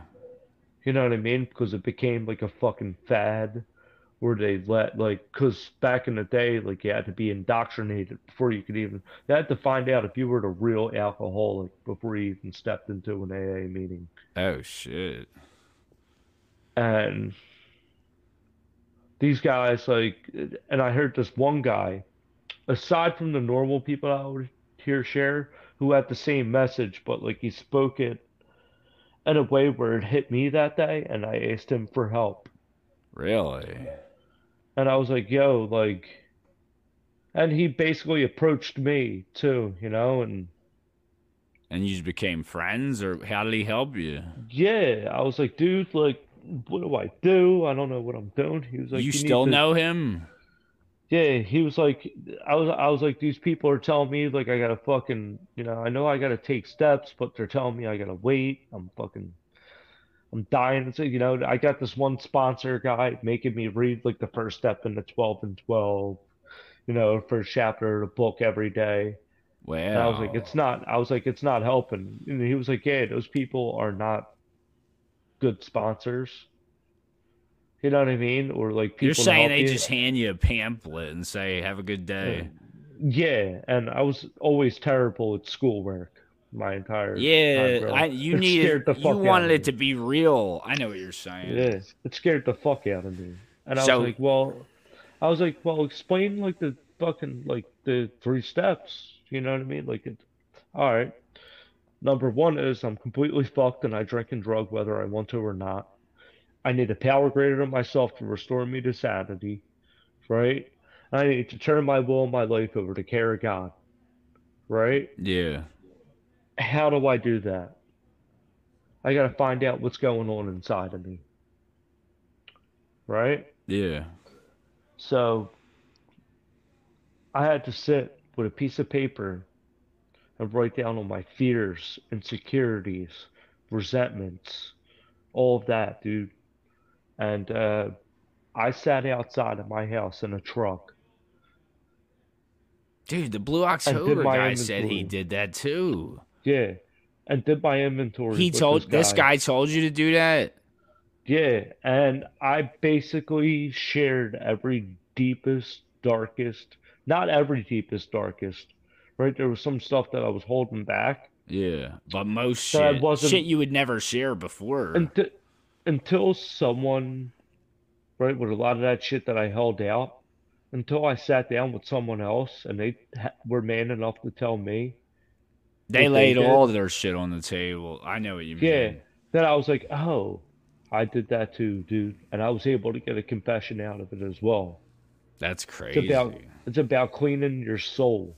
You know what I mean? Because it became like a fucking fad where they let like, because back in the day, like you had to be indoctrinated before you could even, you had to find out if you were the real alcoholic before you even stepped into an AA meeting. Oh shit. and these guys like and i heard this one guy aside from the normal people i would hear share who had the same message but like he spoke it in a way where it hit me that day and i asked him for help Really? and i was like yo like and he basically approached me too you know and And you just became friends, or how did he help you? yeah i was like dude like what do i do i don't know what i'm doing he was like you need still to- know him? Yeah, he was like, I was, I was like, these people are telling me like I gotta fucking, you know, I know I gotta take steps, but they're telling me I gotta wait. I'm fucking, I'm dying. So, you know, I got this one sponsor guy making me read like the first step in the 12 and 12, you know, first chapter of the book every day. Wow. And I was like, it's not, I was like, it's not helping. And he was like, yeah, those people are not good sponsors. You know what I mean? Or like You're people to saying help they you. just hand you a pamphlet and say, "Have a good day." Yeah, and I was always terrible at schoolwork my entire time Yeah, growing I, up. you It needed, scared the you fuck out wanted of it to me. be real. I know what you're saying. Yeah, it scared the fuck out of me. And I So- was like, well, I was like, well, explain like the fucking like the three steps. You know what I mean? Like, it, all right. Number one is I'm completely fucked and I drink and drug whether I want to or not. I need a power greater than myself to restore me to sanity, right? I need to turn my will and my life over to care of God, right? Yeah. how do I do that? I got to find out what's going on inside of me. Right? Yeah. So I had to sit with a piece of paper and write down all my fears, insecurities, resentments, all of that, dude. And uh, I sat outside of my house in a truck. Dude, the Blue October my guy said he inventory. did that too. Yeah. And did my inventory. He with told this guy. guy told you to do that. Yeah, and I basically shared every deepest, darkest, not every deepest, darkest, right? There was some stuff that I was holding back Yeah, but most shit, That wasn't- shit you would never share before. until, until someone, right, with a lot of that shit that I held out, until I sat down with someone else and they ha were man enough to tell me they what they laid did. all their shit on the table. I know what you mean. Yeah. Then I was like, oh, I did that too, dude. And I was able to get a confession out of it as well. that's It's crazy. about it's about cleaning your soul.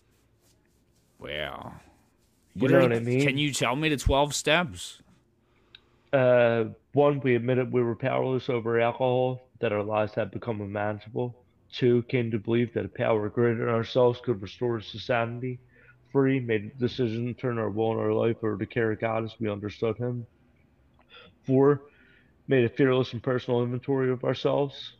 wow. You What know are- what I mean? Can you tell me the twelve steps? Uh, one, we admitted we were powerless over alcohol, that our lives had become unmanageable. Two, came to believe that a power greater than ourselves could restore us to sanity. Three, made a decision to turn our will and our life over to care of God as we understood Him. Four, made a fearless and personal inventory of ourselves.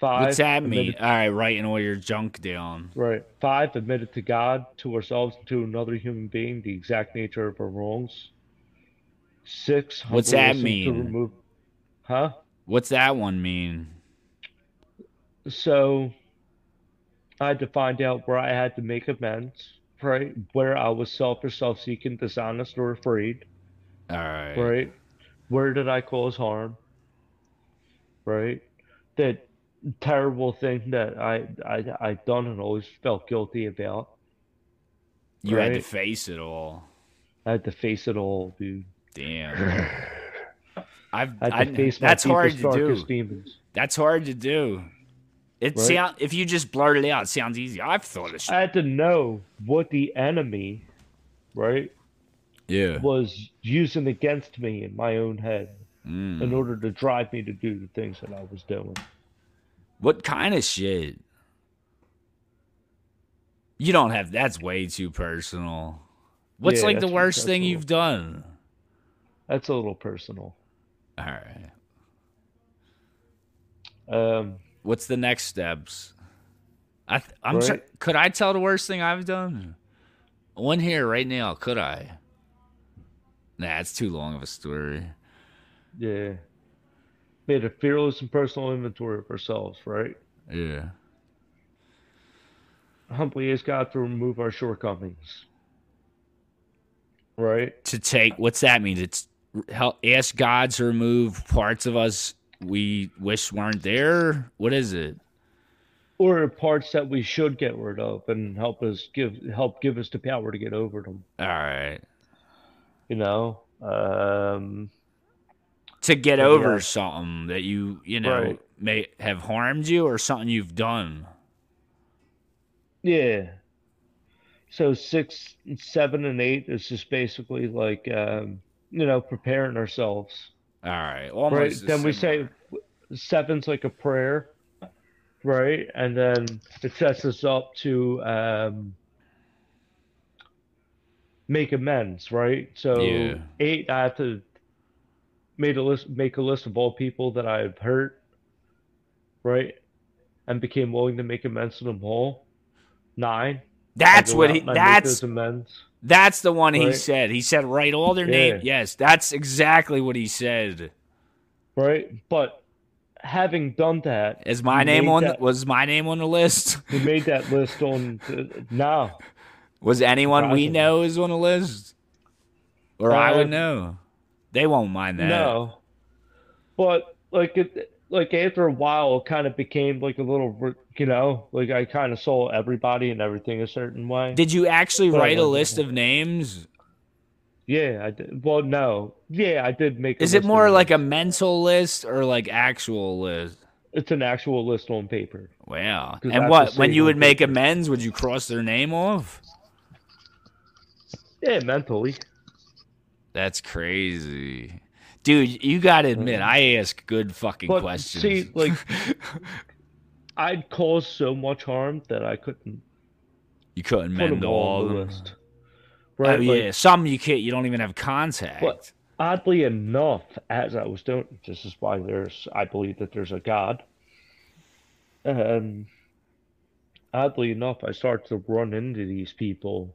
Five. What's that mean? admitted- All right, writing all your junk down. Right. Five, admitted to God, to ourselves, and to another human being the exact nature of our wrongs. Six. What's humbly that listened to mean? remove- Huh? What's that one mean? So I had to find out where I had to make amends, right? Where I was selfish, self seeking, dishonest, or afraid, All right. right? Where did I cause harm, right? That terrible thing that I, I, I done and always felt guilty about. You had to right. face it all. I had to face it all, dude. Damn. I've I I, had to face my that's hard deepest, to do. darkest demons. That's hard to do. It Right? sound if you just blurt it out, it sounds easy. I've thought of shit. I had to know what the enemy, right, Yeah. was using against me in my own head. Mm. in order to drive me to do the things that I was doing. What kind of shit? You don't have. That's way too personal. What's Yeah, like the that's too worst thing personal. you've done? That's a little personal. All right. Um, What's the next steps? I th- I'm tr- Right. could I tell the worst thing I've done? One here right now. Could I? Nah, it's too long of a story. yeah. Made a fearless and personal inventory of ourselves, right? Yeah. Humbly ask God to remove our shortcomings, right? To take what's that mean? It's help ask God to remove parts of us we wish weren't there. What is it? Or parts that we should get rid of and help us give help give us the power to get over them. All right. You know, um, to get Yeah. over something that you you know Right. may have harmed you or something you've done. Yeah. So six, seven, and eight is just basically like um, you know preparing ourselves, All right, almost. right? the Then we same. say seven's like a prayer, right? And then it sets us up to um, make amends, right? So Yeah. eight, I have to made a list, make a list of all people that I've hurt, right? And became willing to make amends to them all. Nine. that's I go what out he. and I make That's those amends. that's the one he Right. said. He said write all their name. Yes, that's exactly what he said. right. But having done that, Is my He name made on that- was my name on the list? we made that list on the, now. Was anyone we Surprisingly. know is on the list? Or I would Uh, know. They won't mind that. No, but like it, like after a while, it kind of became like a little, re- you know, like I kind of saw everybody and everything a certain way. Did you actually But I write a wouldn't. list of names? yeah, I did. Well, no, yeah, I did make. a Is it list more of- like a mental list or like actual list? it's an actual list on paper? Wow. And 'Cause that's what? the When you same would make thing. amends, would you cross their name off? Yeah, mentally. That's crazy. Dude, you gotta admit, I ask good fucking But questions. Uh. see, like I'd caused so much harm that I couldn't you couldn't put mend them all all on of the them. list. Oh Right? like, yeah, some you can't. You don't even have contact. But- oddly enough, as I was doing, this is why there's, I believe that there's a God. Um, oddly enough, I start to run into these people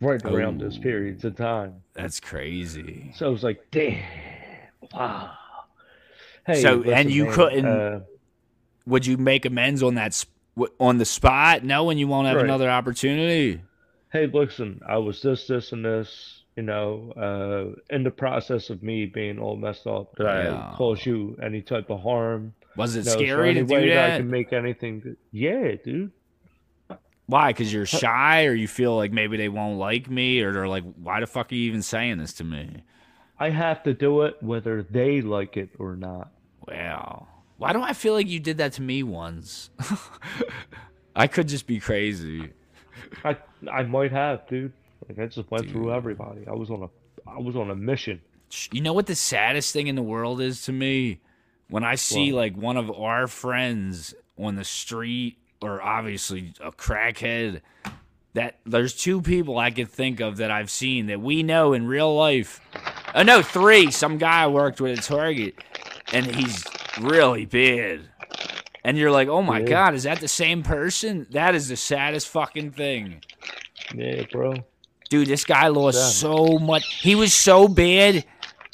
right around those Ooh. periods of time. That's crazy. So I was like, damn, wow. So, and you couldn't- uh, Would you make amends on that sp- w- on the spot? No, and you won't have Right. another opportunity. hey, listen, I was this, this, and this. You know, uh, in the process of me being all messed up, did Yeah. I cause you any type of harm? Was it No, is there scary to any do way that I that? can make anything. that- yeah, dude. Why? Because you're shy, or you feel like maybe they won't like me, or they're like, "Why the fuck are you even saying this to me?" I have to do it whether they like it or not. Wow. Why do I feel like you did that to me once? I could just be crazy. I I might have, dude. Like I just went through everybody. I was on a I was on a mission. Sh- You know what the saddest thing in the world is to me? When I see What? like one of our friends on the street or obviously a crackhead that there's two people I could think of that I've Uh, seen that we know in real life. Oh no, three. Some guy I worked with at Target and he's really big. And you're like, oh my Yeah. god, is that the same person? That is the saddest fucking thing. Yeah, bro. Dude, this guy lost Sad. so much. He was so bad.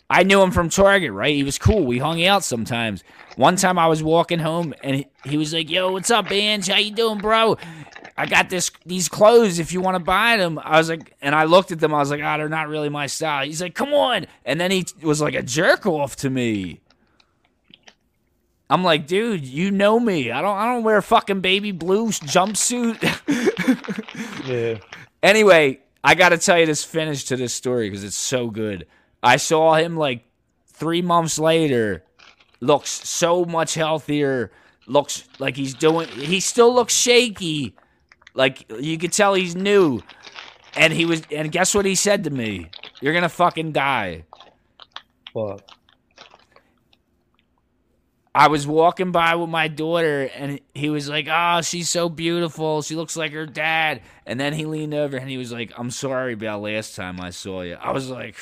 I knew him from Target, right? He was cool. We hung out sometimes. One time I was walking home and he, he was like, "Yo, what's up, Ange? How you doing, bro? I got this these clothes if you want to buy them." I was like, and I looked at them. I was like, "Ah, they're not really my style." He's like, "Come on!" And then he was like a jerk off to me. I'm like, dude, you know me. I don't. I don't wear a fucking baby blue jumpsuit. Yeah. Anyway, I got to tell you this finish to this story because it's so good. I saw him like three months later, looks so much healthier. Looks like he's doing. He still looks shaky, like you could tell he's new. And he was. And guess what he said to me? You're gonna fucking die. Fuck. I was walking by with my daughter, and he was like, "Oh, she's so beautiful. She looks like her dad." And then he leaned over and he was like, "I'm sorry about last time I saw you." I was like,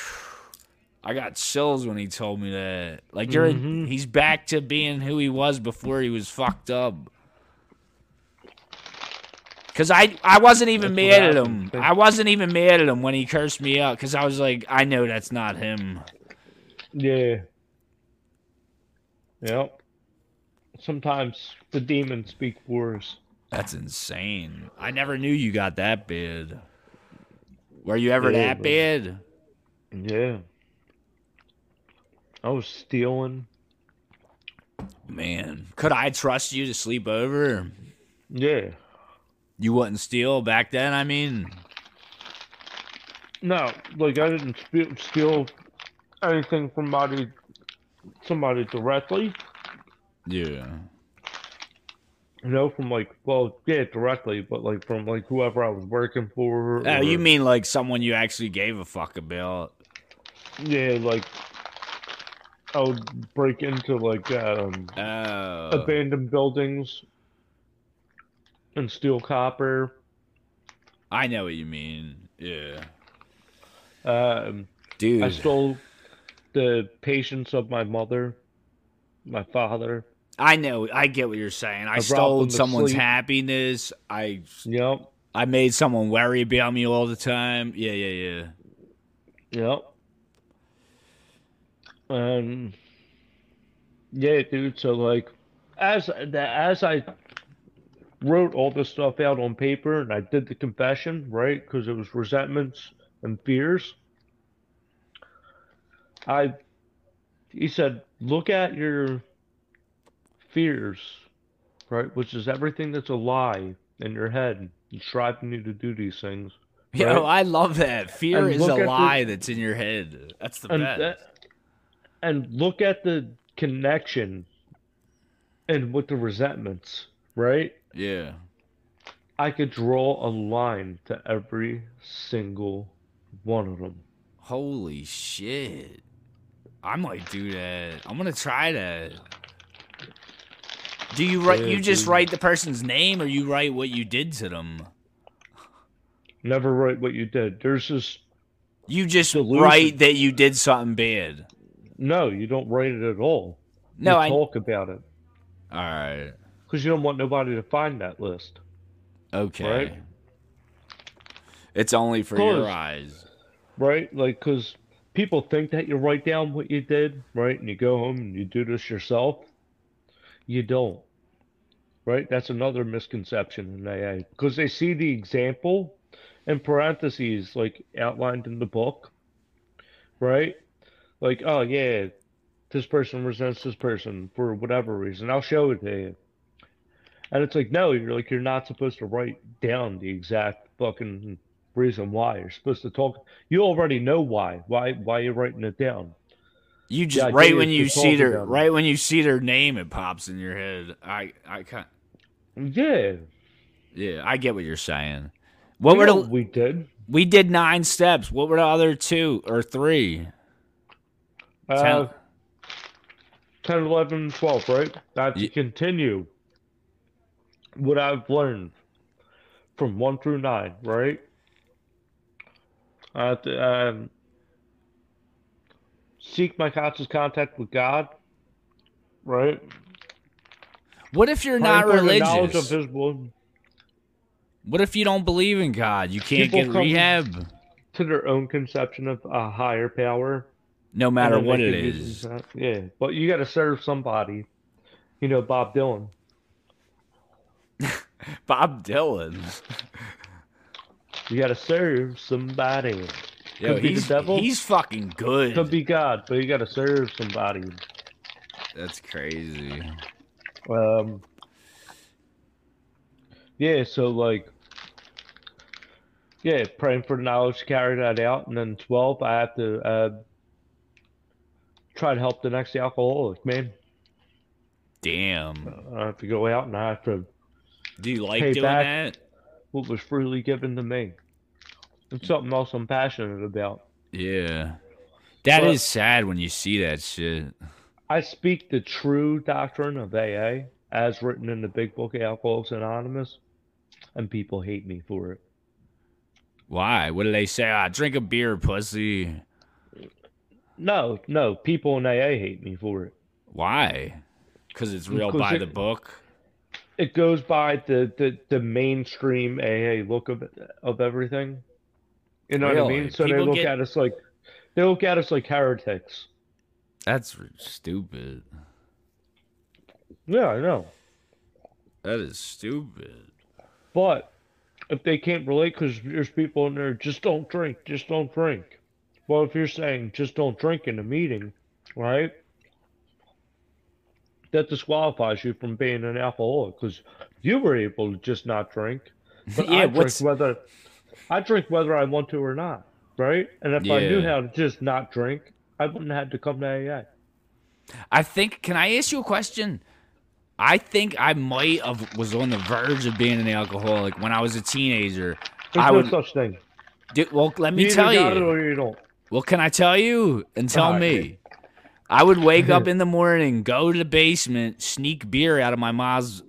"I got chills when he told me that." Like, you're Mhm. he's back to being who he was before he was fucked up. Cause I I wasn't even That's what mad at him. happens. I wasn't even mad at him when he cursed me out. Cause I was like, I know that's not him. Yeah. Yep. Sometimes the demons speak worse. That's insane. I never knew you got that bad. Were you ever Yeah, that bro. bad? Yeah. I was stealing. Man, could I trust you to sleep over? Yeah. You wouldn't steal back then, I mean. No, like I didn't spe- steal anything from somebody, somebody directly. Yeah. You know, from like, well, yeah, directly, but like from like whoever I was working for. Oh, you or- mean like someone you actually gave a fuck about? Yeah, like I would break into like um, Oh. abandoned buildings and steal copper. I know what you mean. Yeah. Um, Dude. I stole the patience of my mother, my father. I know. I get what you're saying. I, I brought stole them to someone's sleep. happiness. I Yep, I made someone worry about me all the time. Yeah, yeah, yeah. yep. Um, yeah, dude. So like, as the, as I wrote all this stuff out on paper and I did the confession, right? Because it was resentments and fears. I, he said, look at your fears, right? Which is everything that's a lie in your head and driving you to do these things. Yo, Right? I love that. Fear And is look a at the- lie that's in your head. That's the and best. that- and look at the connection and with the resentments right yeah. i could draw a line to every single one of them Holy shit. I might do that. I'm gonna try that. Do you write? Yeah, you just dude. write the person's name, or you write what you did to them? never write what you did there's this You just Delusion. write that you did something bad. no you don't write it at all No, you I. All talk about it right. because you don't want nobody to find that list Okay. It's only for your Close. eyes. right like because people think that you write down what you did right and you go home and you do this yourself you don't right that's another misconception in aa because they see the example in parentheses like outlined in the book right like oh yeah this person resents this person for whatever reason i'll show it to you and it's like no you're like you're not supposed to write down the exact fucking reason why you're supposed to talk you already know why why why you're writing it down You just I get right it. when It's you just see talking their about it. right when you see their name, it pops in your head. I I kind yeah yeah. I get what you're saying. What you were know the what we did We did nine steps. What were the other two or three? uh, 10, 11, 12, right? I have Ye- to continue what I've learned from 1 through 9, right? Uh, I have to um, seek my conscious contact with God, right? What if you're Praying not for the knowledge religious? of His will What if you don't believe in God? You can't People get come- rehab, to their own conception of a higher power. no matter and then what they it could use is. that. Yeah, but you got to serve somebody. You know, Bob Dylan. Bob Dylan. You got to serve somebody. Yo, Could be the he's, devil. he's fucking good. Could be God, but you got to serve somebody. That's crazy. Um, yeah, so like, yeah, praying for the knowledge to carry that out, and then twelve, I have to uh, try to help the next alcoholic man. Damn. I have to go out and I have to Do you like Hey, doing back- that? what was freely given to me. It's something else I'm passionate about. Yeah. that is But- sad when you see that shit. I speak the true doctrine of AA as written in the Big Book of Alcoholics Anonymous, and people hate me for it. Why? What do they say? Ah, drink a beer, pussy. No, no, people in AA hate me for it. Why? Because it's real Because by it- the book. it goes by the the, the mainstream AA look of of everything. You know what I Really? mean? So People they look get- at us like they look at us like heretics. That's r- stupid. Yeah, I know. That is stupid. But if they can't relate, because there's people in there just don't drink, just don't drink. Well, if you're saying just don't drink in a meeting, right? That disqualifies you from being an alcoholic because you were able to just not drink. But yeah, I drink what's whether I drink whether I want to or not, right? And if I knew Yeah. how to just not drink, I wouldn't have to come to AA. I think can I ask you a question? I think I might have was on the verge of being an alcoholic when I was a teenager. There's I no would- such thing. Dude, well, let You me either tell got it you. or you don't. Well, can I tell you and tell Alright. me? I would wake up in the morning, go to the basement, sneak beer out of my mom's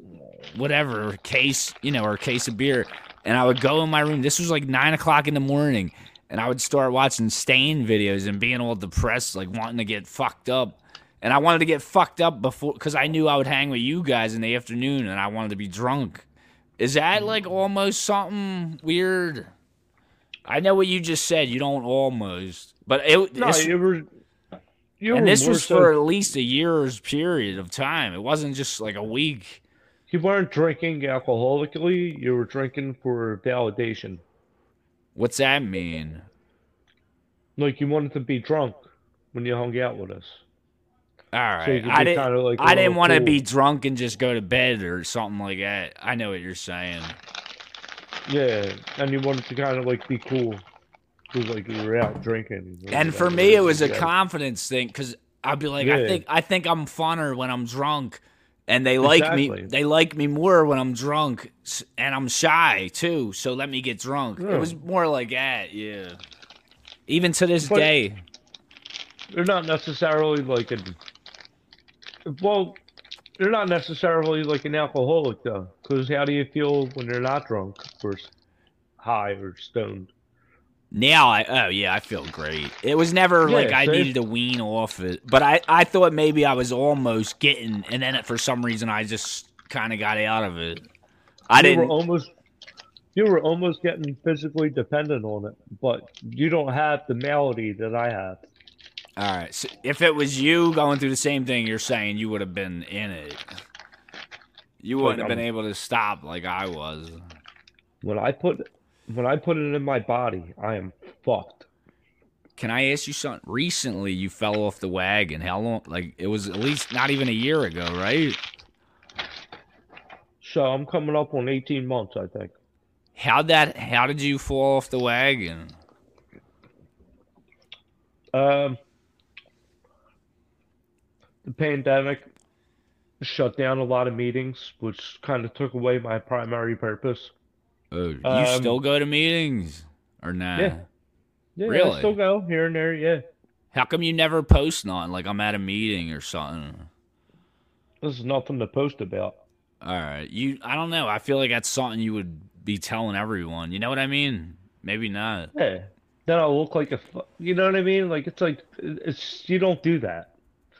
whatever case, you know, or case of beer, and I would go in my room. This was like nine o'clock in the morning, and I would start watching stain videos and being all depressed, like wanting to get fucked up. And I wanted to get fucked up before because I knew I would hang with you guys in the afternoon, and I wanted to be drunk. Is that like almost something weird? I know what you just said. You don't almost, but it. No, this- you were. You and were this more was so- for at least a year's period of time. It wasn't just like a week. You weren't drinking alcoholically, you were drinking for validation. What's that mean? Like you wanted to be drunk when you hung out with us. All So you right, could I be didn't. kinda like oh, a I didn't little want to be fool. drunk and just go to bed or something like that. I know what you're saying. Yeah, and you wanted to kind of like be cool. Because like you were out drinking. or And for whatever, me, it was a yeah. confidence thing because I'd be like, I Yeah. think I think I'm funner when I'm drunk, and they like me. Exactly. They like me more when I'm drunk, s- and I'm shy too. So let me get drunk. Yeah. It was more like that, yeah. Even to this But- day, They're not necessarily like an. Well, they're not necessarily like an alcoholic though. Because how do you feel when they're not drunk or s- high or stoned? Now I oh yeah, I feel great. It was never Yeah, like I see? needed to wean off it, but I I thought maybe I was almost getting, and then it, for some reason I just kind of got out of it. I you didn't. were almost you were almost getting physically dependent on it, but you don't have the malady that I have. all right, so if it was you going through the same thing you're saying, you would have been in it. You wouldn't have I'm- been able to stop like I was. When I put when I put it in my body, I am fucked. Can I ask you something? Recently, you fell off the wagon. How long? Like it was at least not even a year ago, right? So I'm coming up on 18 months, I think. How that? How did you fall off the wagon? Um, the pandemic shut down a lot of meetings, which kind of took away my primary purpose. Oh, you Um, still go to meetings or nah? Yeah. Yeah, Really? I still go here and there. Yeah, How come you never post on? Like I'm at a meeting or something. this is nothing to post about. All right, you. I don't know. I feel like that's something you would be telling everyone. You know what I mean? Maybe not. Yeah. Then I look like a, fu- you know what I mean? Like it's like it's you don't do that.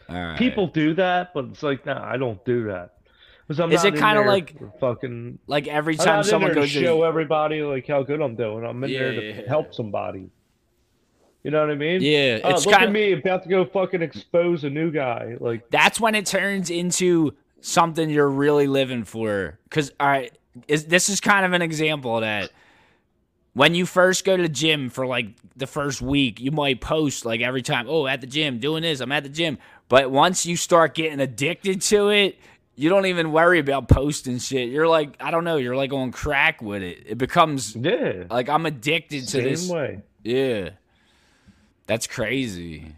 All right. People do that, but it's like, nah, I don't do that. 'Cause I'm Is not it in kinda there like- for fucking? like every I'm time not in someone there goes to show everybody like how good I'm doing. I'm in Yeah, there to yeah, yeah. help somebody. You know what I mean? to yeah, Oh, it's look kind at of me about to go fucking expose a new guy. Like that's when it turns into something you're really living for. Because all right, is, this is kind of an example of that when you first go to the gym for like the first week, you might post like every time, "Oh, at the gym, doing this. I'm at the gym." But once you start getting addicted to it, you don't even worry about posting shit. You're like, I don't know, you're like on crack with it. It becomes yeah, like I'm addicted to same this. way. Yeah. That's crazy.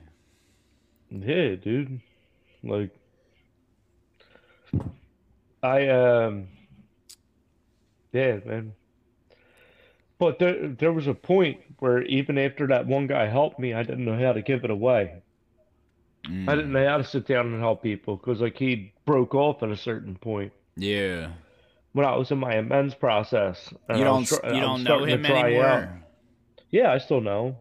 Yeah, dude. Like I um yeah, man. But there there was a point where even after that one guy helped me, I didn't know how to give it away. I Mm. didn't know how to sit down and help people because like he broke off at a certain point Yeah. when I was in my amends process. and You I don't was tr- I you was don't know starting to him dry anymore. out. Yeah, I still know.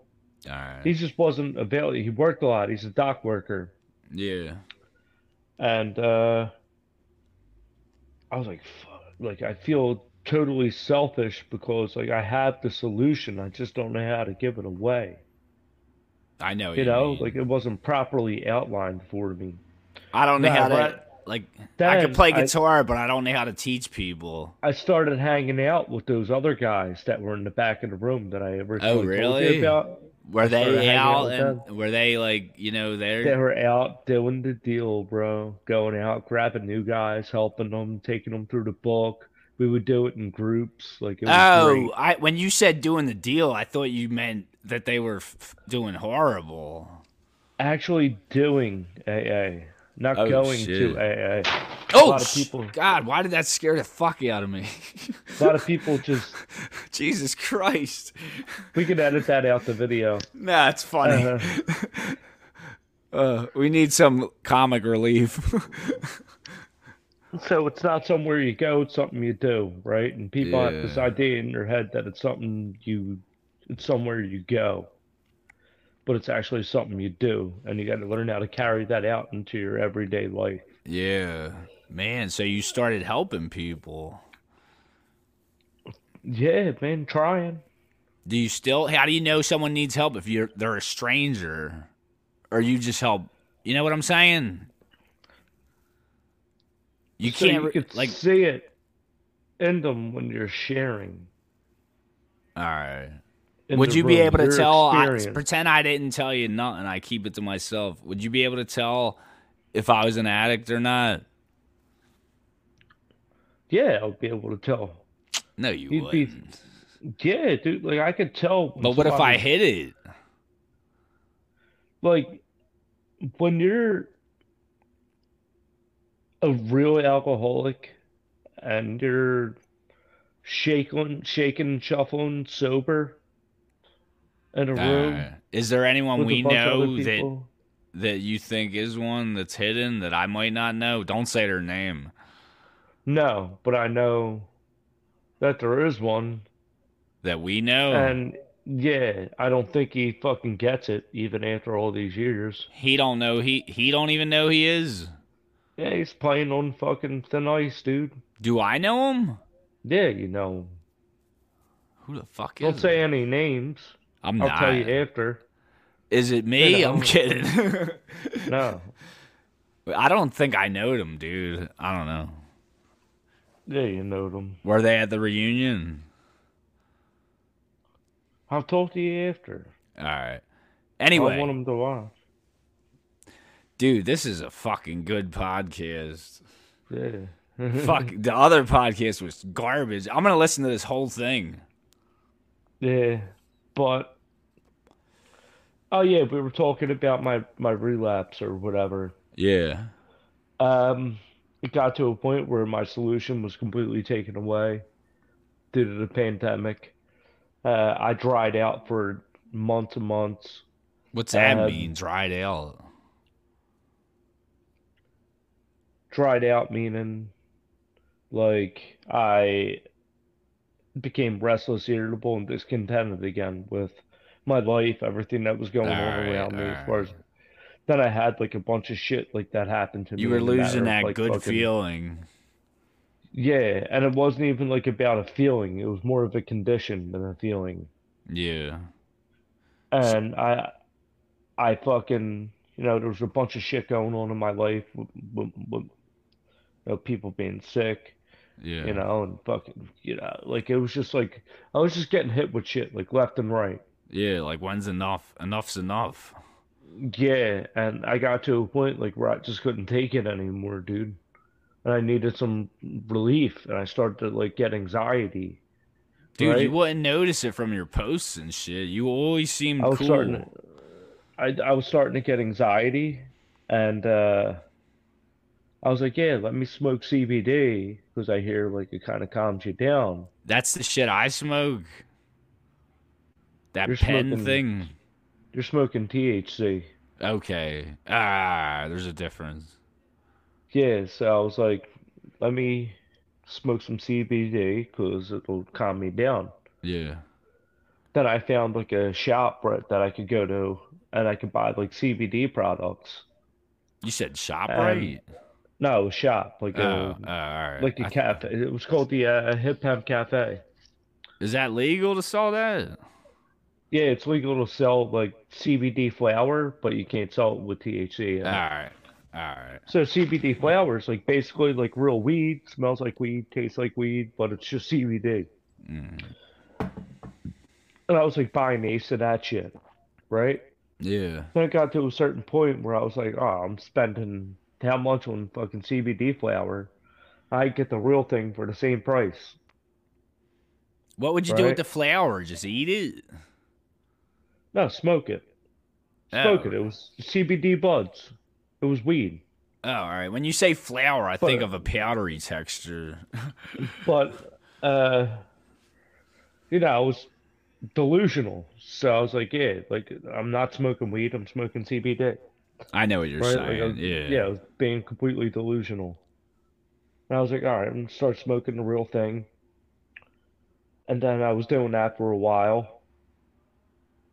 All right. He just wasn't available. He worked a lot. He's a dock worker. yeah. and uh, I was like, fuck, like I feel totally selfish because like I have the solution, I just don't know how to give it away. I know what You know, mean. like it wasn't properly outlined for me. I don't know Nah, how to but like I then could play I- guitar, but I don't know how to teach people. I started hanging out with those other guys that were in the back of the room that I originally Oh, told you really? about. Were started they hanging out out with and were they like you know They there? were out doing the deal, bro. Going out, grabbing new guys, helping them, taking them through the book. We would do it in groups, like it was great. Oh, I when you said doing the deal, I thought you meant that they were f- f- doing horrible. actually doing AA, not Oh, going shit. to AA. Oh, lot of sh- people- God, why did that scare the fuck out of me? A lot of people just Jesus Christ! we could edit that out the video. Nah, it's funny. Uh-huh. uh we need some comic relief. So it's not somewhere you go; it's something you do, right? And people have this Yeah. idea in their head that it's something you, it's somewhere you go, but it's actually something you do, and you got to learn how to carry that out into your everyday life. yeah, man. So you started helping people. Yeah, man, trying. Do you still? How do you know someone needs help if you're they're a stranger, or you just help? You know what I'm saying? You so can't you re- could like. see it in them when you're sharing. All right. in Would the you be room, able to your tell? uh, I, experience. pretend I didn't tell you nothing. I keep it to myself. Would you be able to tell if I was an addict or not? Yeah, I'll be able to tell. No, you You'd be- wouldn't. Yeah, dude, like I could tell. when but what if I somebody- hit it? like when you're a real alcoholic and you're shaking, shaking, shuffling, sober in a room Alright. Is there anyone with we a bunch of know other that people. that you think is one that's hidden that I might not know? Don't say their name. No, but I know that there is one, That we know. and yeah, I don't think he fucking gets it even after all these years. he don't know he he don't even know he is. Yeah, he's playing on fucking thin ice, dude. Do I know him? Yeah, you know. him. Who the fuck Don't is say it? any names. I'm I'll not. tell you after. Is it me? You know. I'm kidding. No. I don't think I know them, dude. I don't know. Yeah, you know them. Were they at the reunion? I'll talk to you after. All right. I Anyway, want them to watch. dude, this is a fucking good podcast. Yeah. Fuck, the other podcast was garbage. I'm gonna listen to this whole thing. Yeah. But oh yeah, we were talking about my my relapse or whatever. Yeah. Um, it got to a point where my solution was completely taken away due to the pandemic. Uh, I dried out for months and months. What's that Um, mean? Dried out. dried out meaning like I became restless, irritable, and discontented again with my life, everything that was going on Alright, around me as far as Then I had like a bunch of shit like that happened to me. You were in a matter losing of, that like, good fucking- feeling. Yeah, and it wasn't even like about a feeling. It was more of a condition than a feeling. Yeah. And I, I fucking you know there was a bunch of shit going on in my life with, with, with you know people being sick. Yeah. you know, and fucking, you know, like it was just like I was just getting hit with shit like left and right. Yeah, like when's enough? Enough's enough. Yeah, and I got to a point like where I just couldn't take it anymore, dude. And I needed some relief, and I started to like get anxiety. Dude, you Right? wouldn't notice it from your posts and shit. You always seemed I was cool. starting to, I I was starting to get anxiety, and uh, I was like, yeah, let me smoke CBD because I hear like it kind of calms you down. That's the shit I smoke. That You're pen smoking- thing. You're smoking THC. Okay. Ah, there's a difference. Yeah, so I was like, let me smoke some CBD because it'll calm me down. Yeah. Then I found like a shop right, that I could go to and I could buy like CBD products. You said shop Um, right? No, it was shop, like Oh, a oh, all right. like a I- cafe. It was called the uh, Hip Hop Cafe. Is that legal to sell that? Yeah, it's legal to sell like CBD flower, but you can't sell it with THC. in it. All right. All right. So CBD flower is like basically like real weed, smells like weed, tastes like weed, but it's just CBD. Mm. and I was like buying ace of that shit, right? Yeah. Then it got to a certain point where I was like, oh, I'm spending how much on fucking CBD flower? I get the real thing for the same price. What would you do Right. with the flour? Just eat it? No, smoke it. Oh. Smoke it. It was CBD buds. It was weed. Oh, all right. When you say flour, I think But- of a powdery texture. But, uh, you know, I was delusional. So I was like, yeah, like I'm not smoking weed. I'm smoking CBD. I know what you're right? Like, I saying. was- yeah. I was being completely delusional. And I was like, all right, I'm gonna start smoking the real thing. And then I was doing that for a while.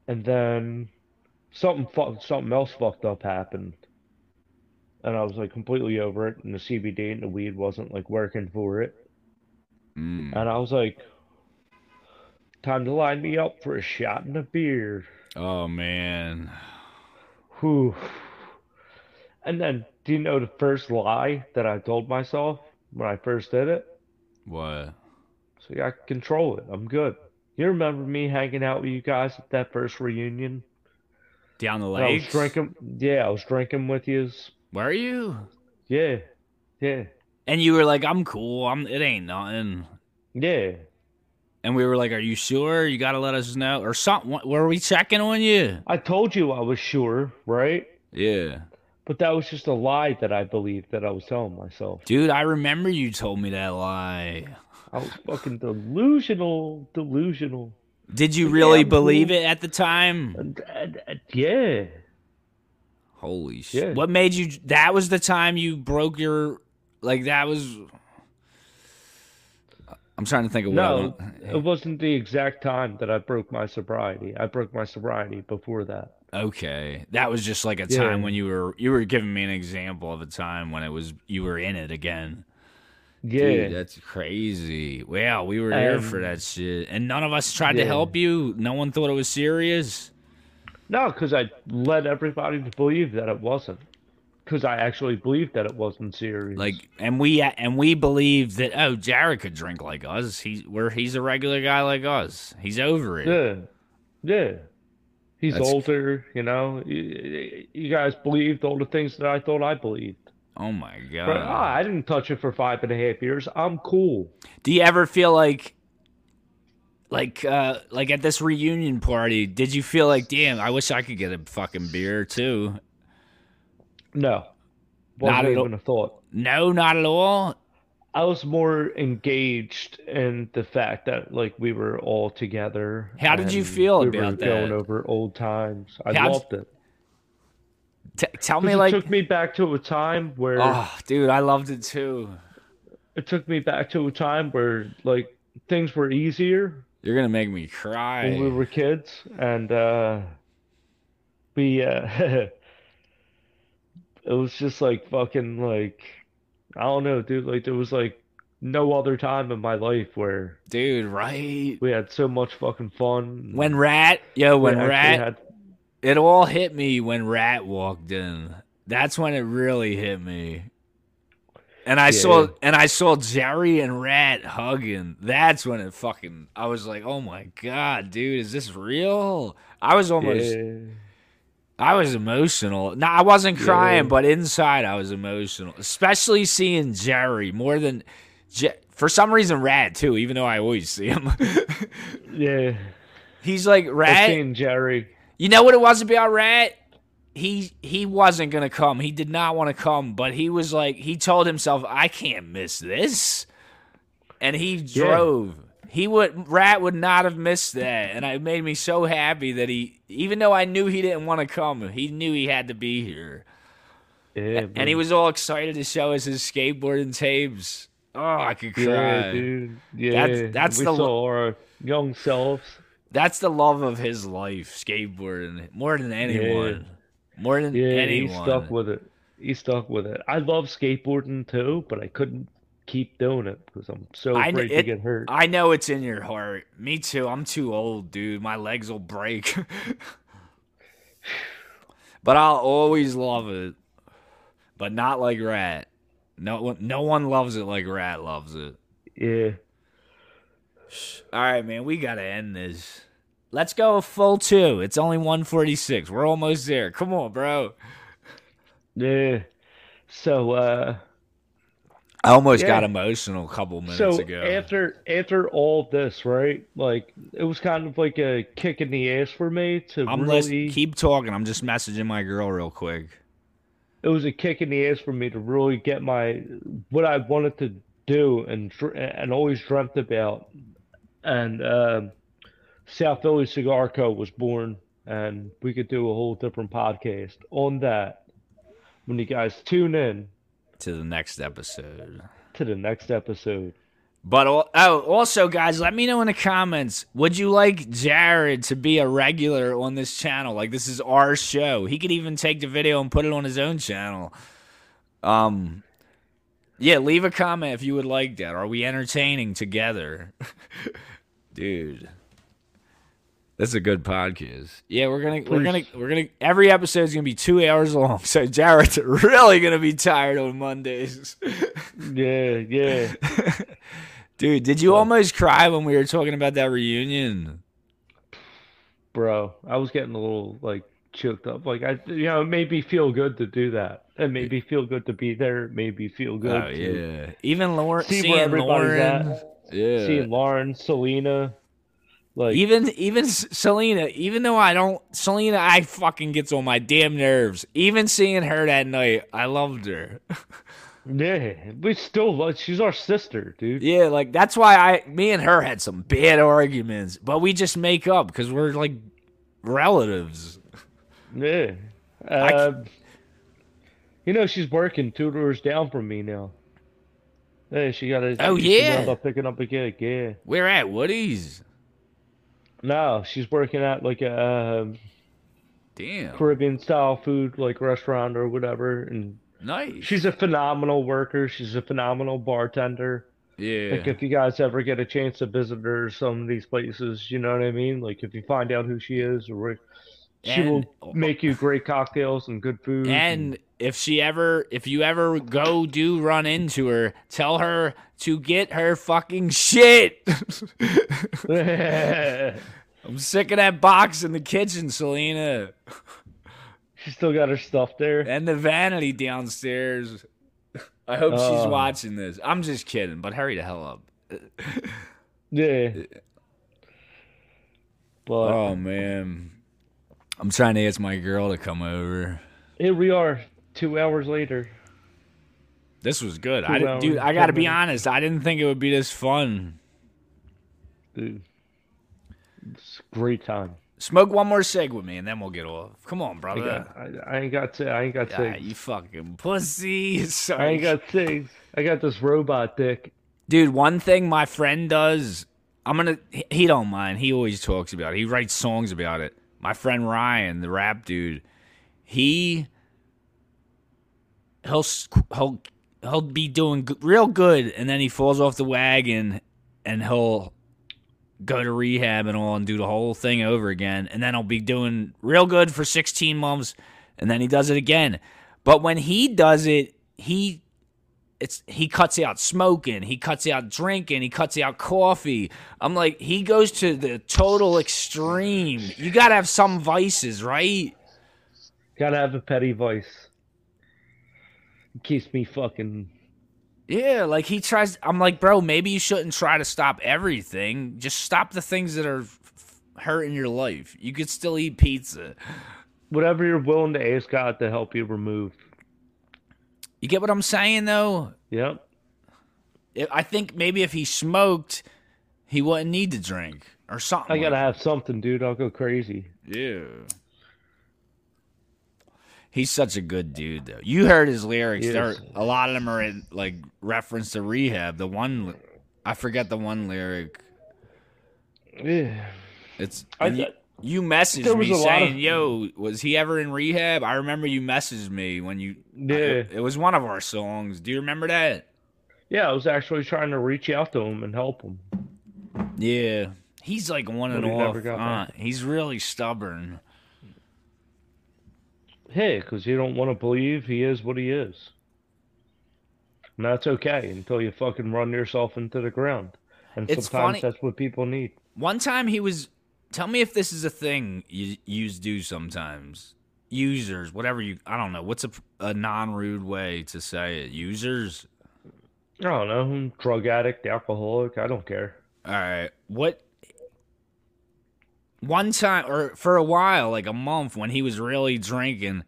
And then something fuck, something else fucked up happened. And I was like completely over it, and the CBD and the weed wasn't like working for it. Mm. And I was like, time to line me up for a shot and a beer. Oh man. Whew. And then, do you know the first lie that I told myself when I first did it? What? So yeah, I can control it. I'm good. You remember me hanging out with you guys at that first reunion? Down the And I was lake? drinking. Yeah, I was drinking with you. Where are you? Yeah, yeah, And you were like, I'm cool. I'm it ain't nothing. yeah. And we were like, Are you sure? You gotta let us know. Or something were we checking on you? I told you I was sure, right? Yeah. But that was just a lie that I believed that I was telling myself. Dude, I remember you told me that lie. I was fucking delusional, delusional. Did you Yeah, really I'm believe cool. it at the time? And, and, and- yeah, Holy shit. Yeah. What made you that was the time you broke your like that was I'm trying to think of what I No, want. it wasn't the exact time that I broke my sobriety. I broke my sobriety before that. Okay, that was just like a Yeah. time when you were you were giving me an example of a time when it was you were in it again. Yeah. Dude, that's crazy. Wow, we were here for Um, that shit, and none of us tried yeah. to help you. No one thought it was serious. No, because I led everybody to believe that it wasn't. Because I actually believed that it wasn't serious. Like, and we and we believed that oh, Jared could drink like us. He where he's a regular guy like us. He's over it. yeah, yeah. He's That's- older, you know. You, you guys believed all the things that I thought I believed. Oh my god. But, ah, I didn't touch it for five and a half years. I'm cool. Do you ever feel like like uh like at this reunion party, did you feel like damn, I wish I could get a fucking beer too? No, Not wasn't at all. even a thought. No, not at all. I was more engaged in the fact that like we were all together. How did you and feel we were about going that? over old times. I How'd- loved it. T- tell 'Cause me it like took me back to a time where Oh, dude, I loved it too. it took me back to a time where like things were easier You're going to make me cry. when we were kids and uh we uh it was just like fucking like I don't know, dude. Like there was like no other time in my life where dude. Right we had so much fucking fun. when Rat, yo, we when actually Rat, had- it all hit me when Rat walked in. That's when it really hit me. And I saw Yeah. and I saw Jerry and Rat hugging. That's when it fucking I was like, "Oh my god, dude, is this real?" I was almost yeah. I was emotional. No, I wasn't crying, Yeah. but inside I was emotional, especially seeing Jerry more than Je- for some reason Rat too, even though I always see him. Yeah. He's like I Rat. seen Jerry. You know what it was about Rat? He he wasn't gonna come. He did not want to come, but he was like he told himself, I can't miss this. And he Yeah. drove. He would Rat would not have missed that. And it made me so happy that he even though I knew he didn't want to come, he knew he had to be here. Yeah, And he was all excited to show us his skateboarding tapes. Oh, I could cry. Yeah, dude. Yeah, that's we the- saw our young selves. That's the love of his life, skateboarding. More than anyone. More than Yeah, anyone. he stuck with it. He stuck with it. I love skateboarding too, but I couldn't keep doing it because I'm so I kn- afraid it- to get hurt. I know it's in your heart. Me too. I'm too old, dude. My legs will break. but I'll always love it. But not like Rat. No one, no one loves it like Rat loves it. yeah, All right, man. We gotta end this. Let's go a full two. It's only 146. We're almost there. Come on, bro. yeah. So, uh, I almost Yeah. got emotional a couple minutes so ago. after after all this, right? Like it was kind of like a kick in the ass for me to I'm really. listening. Keep talking. I'm just messaging my girl real quick. it was a kick in the ass for me to really get my what I wanted to do and dr- and always dreamt about. And um, South Philly Cigar Co. was born, and we could do a whole different podcast on that. When you guys tune in to the next episode. to the next episode, But al- oh, also, guys, let me know in the comments. Would you like Jared to be a regular on this channel? Like this is our show. He could even take the video and put it on his own channel. Um, yeah, leave a comment if you would like that. Are we entertaining together, dude? That's a good podcast. Yeah, we're gonna we're gonna Please. we're gonna every episode is gonna be two hours long. So Jared's really gonna be tired on Mondays. yeah, yeah, Dude, did you almost cry when we were talking about that reunion? bro, I was getting a little like choked up. Like I, you know, it made me feel good to do that. It made me feel good to be there. It made me feel good. oh to yeah, even Lauren, See where seeing everybody's Lauren, at. yeah, See Lauren, Selena, like even even S- Selena. Even though I don't, Selena, I fucking gets on my damn nerves. Even seeing her that night, I loved her. yeah, we still like she's our sister, dude. yeah, like that's why I, me and her had some bad arguments, but we just make up because we're like relatives. Yeah, uh, you know she's working two doors down from me now. Yeah, she got a. Oh, she yeah. wound up picking up a gig. Yeah, We're at Woody's. no, she's working at like a um, Damn, Caribbean style food like restaurant or whatever, and nice. she's a phenomenal worker. She's a phenomenal bartender. yeah, Like if you guys ever get a chance to visit her, some of these places, you know what I mean. Like if you find out who she is, or where, she will And- make you great cocktails and good Mm-hmm. food. And if she ever, if you ever go do run into her, tell her to get her fucking shit. I'm sick of that box in the kitchen, Selena, she still got her stuff there. and the vanity downstairs. I hope she's Oh. watching this. I'm just kidding, but hurry the hell up. Yeah. But Oh man, I'm trying to ask my girl to come over. here we are, two hours later. This was good. I Two didn't, dude, hours, I got to ten be minutes. honest. I didn't think it would be this fun. Dude. It's a great time. Smoke one more cig with me, and then we'll get off. Come on, I, brother. got, I, I ain't got to. I ain't got Ah, to. you fucking pussy. I Sorry. ain't got things. I got this robot dick. Dude, one thing my friend does, I'm gonna. He, he don't mind. He always talks about it. He writes songs about it. My friend Ryan, the rap dude, he he'll s- he'll he'll be doing g- real good, and then he falls off the wagon, and he'll go to rehab and all, and do the whole thing over again, and then he'll be doing real good for 16 months, and then he does it again. But when he does it, he it's he cuts out smoking, he cuts out drinking, he cuts out coffee. I'm like, he goes to the total extreme. You gotta have some vices, right? Gotta have a petty voice. It keeps me fucking. Yeah, like he tries. I'm like, bro, maybe you shouldn't try to stop everything. Just stop the things that are f- hurting your life. You could still eat pizza. Whatever you're willing to ask God to help you remove. You get what I'm saying, though? Yep. I- I think maybe if he smoked, he wouldn't need to drink or something. I like gotta have something, dude. I'll go crazy. Yeah. He's such a good dude, though. You heard his lyrics. Yes. There, a lot of them are in, like reference to rehab. The one, I forget the one lyric. Yeah. It's I- and you, you messaged there was me a lot saying, of- "Yo, was he ever in rehab?" I remember you messaged me when you. I- Yeah. it was one of our songs. Do you remember that? Yeah, I was actually trying to reach out to him and help him. Yeah. He's like one and But he off. never got uh, he's really stubborn. Hey, because you don't want to believe he is what he is. And that's okay until you fucking run yourself into the ground. And It's sometimes funny- that's what people need. One time he was. Tell me if this is a thing you use do sometimes. Users, whatever you, I don't know. What's a, a non-rude way to say it? Users. I don't know, drug addict, alcoholic, I don't care. All right. What one time or for a while, like a month when he was really drinking,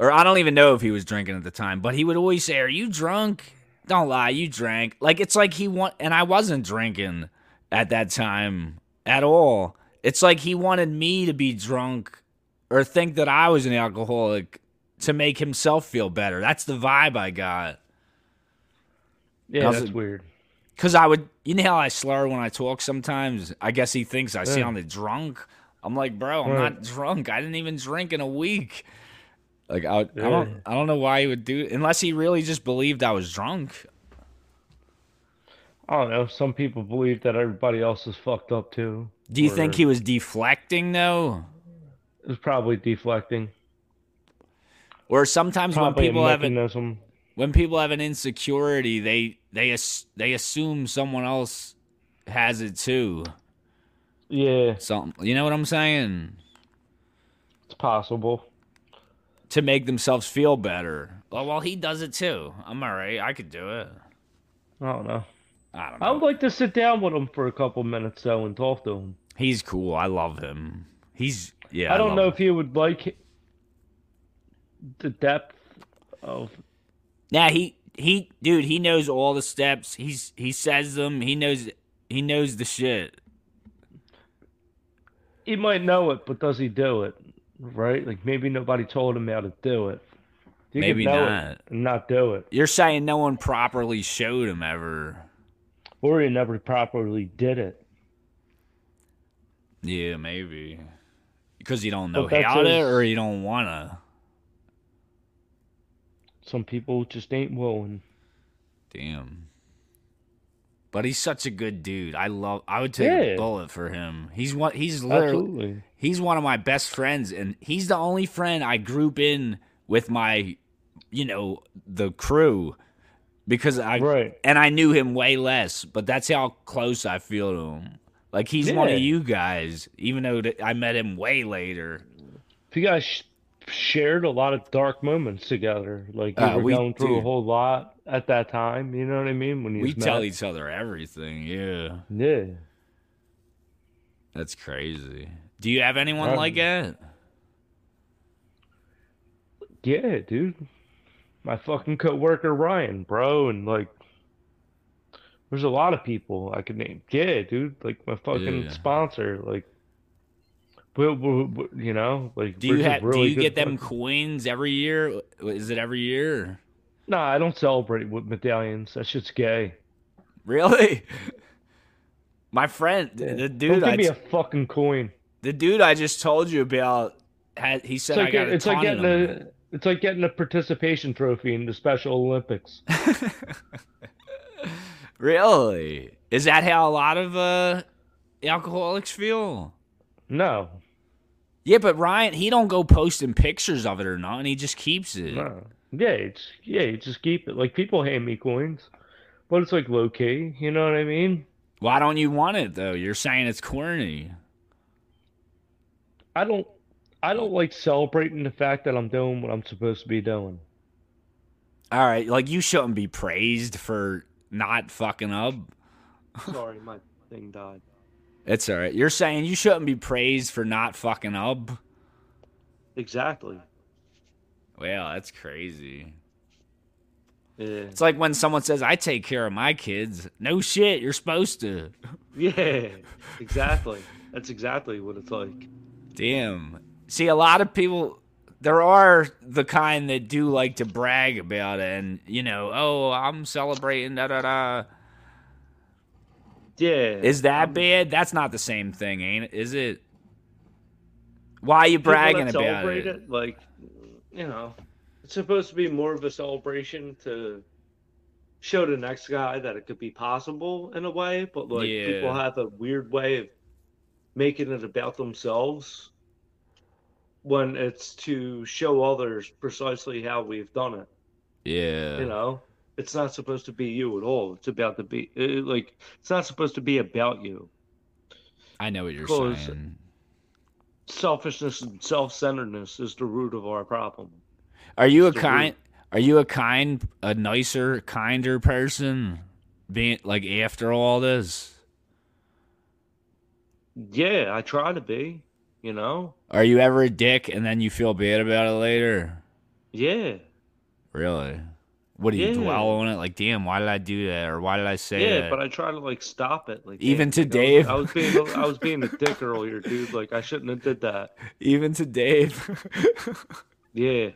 or I don't even know if he was drinking at the time, but he would always say, "Are you drunk?" Don't lie, you drank. Like it's like he want and I wasn't drinking at that time at all. It's like he wanted me to be drunk or think that I was an alcoholic to make himself feel better. That's the vibe I got. Yeah, How's that's it- weird. Cause I would, you know how I slur when I talk sometimes. I guess he thinks I sounded drunk. I'm like, bro, I'm Right. not drunk. I didn't even drink in a week. Like I, I Yeah. don't, I don't know why he would do unless he really just believed I was drunk. I don't know, some people believe that everybody else is fucked up too. Do you think Or- he was deflecting though, It's probably deflecting. or sometimes Probably when a people have an, mechanism. when people have an insecurity, they they ass, they assume someone else has it too. Yeah, Something, you know what I'm saying? it's possible. to make themselves feel better. Oh well, he does it too. I'm all right. I could do it. I don't know. I don't I know. would like to sit down with him for a couple minutes though and talk to him. He's cool. I love him. He's yeah. I don't love know him. if you would like the depth of Nah, he he dude. He knows all the steps. He's he says them. He knows he knows the shit. he might know it, but does he do it? Right? Like maybe nobody told him how to do it. You could Maybe know it not. and not do it, You're saying no one properly showed him ever. or he never properly did it. Yeah, maybe because you don't know But that's how to his- or you don't wanna. Some people just ain't willing. Damn. But he's such a good dude. I love. I would take a Yeah. bullet for him. He's one. He's literally. Absolutely. he's one of my best friends and he's the only friend i group in with my you know the crew because i Right. and i knew him way less but that's how close i feel to him like he's one Yeah. of you guys even though that i met him way later If you guys sh- shared a lot of dark moments together, like you Uh, were we- going through a dude. whole lot at that time. You know what I mean? When you we met. tell each other everything yeah yeah. that's crazy do you have anyone Um, like that Yeah, dude. My fucking coworker Ryan, bro, and like there's a lot of people I could name. Yeah, dude, like my fucking Yeah. sponsor, like we, we, we- you know, like do we're you just have do really you good get them fucking- coins every year is it every year Nah, I don't celebrate with medallions. That shit's gay. really my friend the- the dude Don't give I me a fucking coin. The dude I just told you about had he It's said I like got a it's ton like of getting them. a It's like getting a participation trophy in the Special Olympics. Really? Is that how a lot of uh, alcoholics feel? No, Yeah, but Ryan, he don't go posting pictures of it or nothing. He just keeps it. no. Yeah, it's yeah, you just keep it. Like people hand me coins, but it's like low key. You know what I mean? Why don't you want it though? You're saying it's corny. I don't. I don't like celebrating the fact that I'm doing what I'm supposed to be doing. All right, like you shouldn't be praised for not fucking up. Sorry, my thing died. It's all right. You're saying you shouldn't be praised for not fucking up. Exactly. Well, that's crazy. Yeah. It's like when someone says, "I take care of my kids." No shit, you're supposed to. Yeah. Exactly. That's exactly what it's like. Damn. See, a lot of people, there are the kind that do like to brag about it and, you know, oh, I'm celebrating, da da da. Yeah. Is that bad? That's not the same thing, ain't it? Is it? Why are you people that bragging about celebrate it? Like, you know, it's supposed to be more of a celebration to show the next guy that it could be possible in a way, but like Yeah. people have a weird way of making it about themselves when it's to show others precisely how we've done it. Yeah. You know, it's not supposed to be you at all. It's about to be uh, like it's not supposed to be about you. I know what you're Close. saying. Selfishness and self-centeredness is the root of our problem. Are you a So we- kind, are you a kind, a nicer, kinder person being like after all this? Yeah, I try to be, you know? Are you ever a dick and then you feel bad about it later? Yeah. Really? What do you Yeah. dwell on it? Like, damn, why did I do that, or why did I say yeah, that? but I try to like stop it. Like Even damn, to you know, Dave? I was being I was being a dick earlier, dude. Like I shouldn't have did that. Even to Dave. Yeah.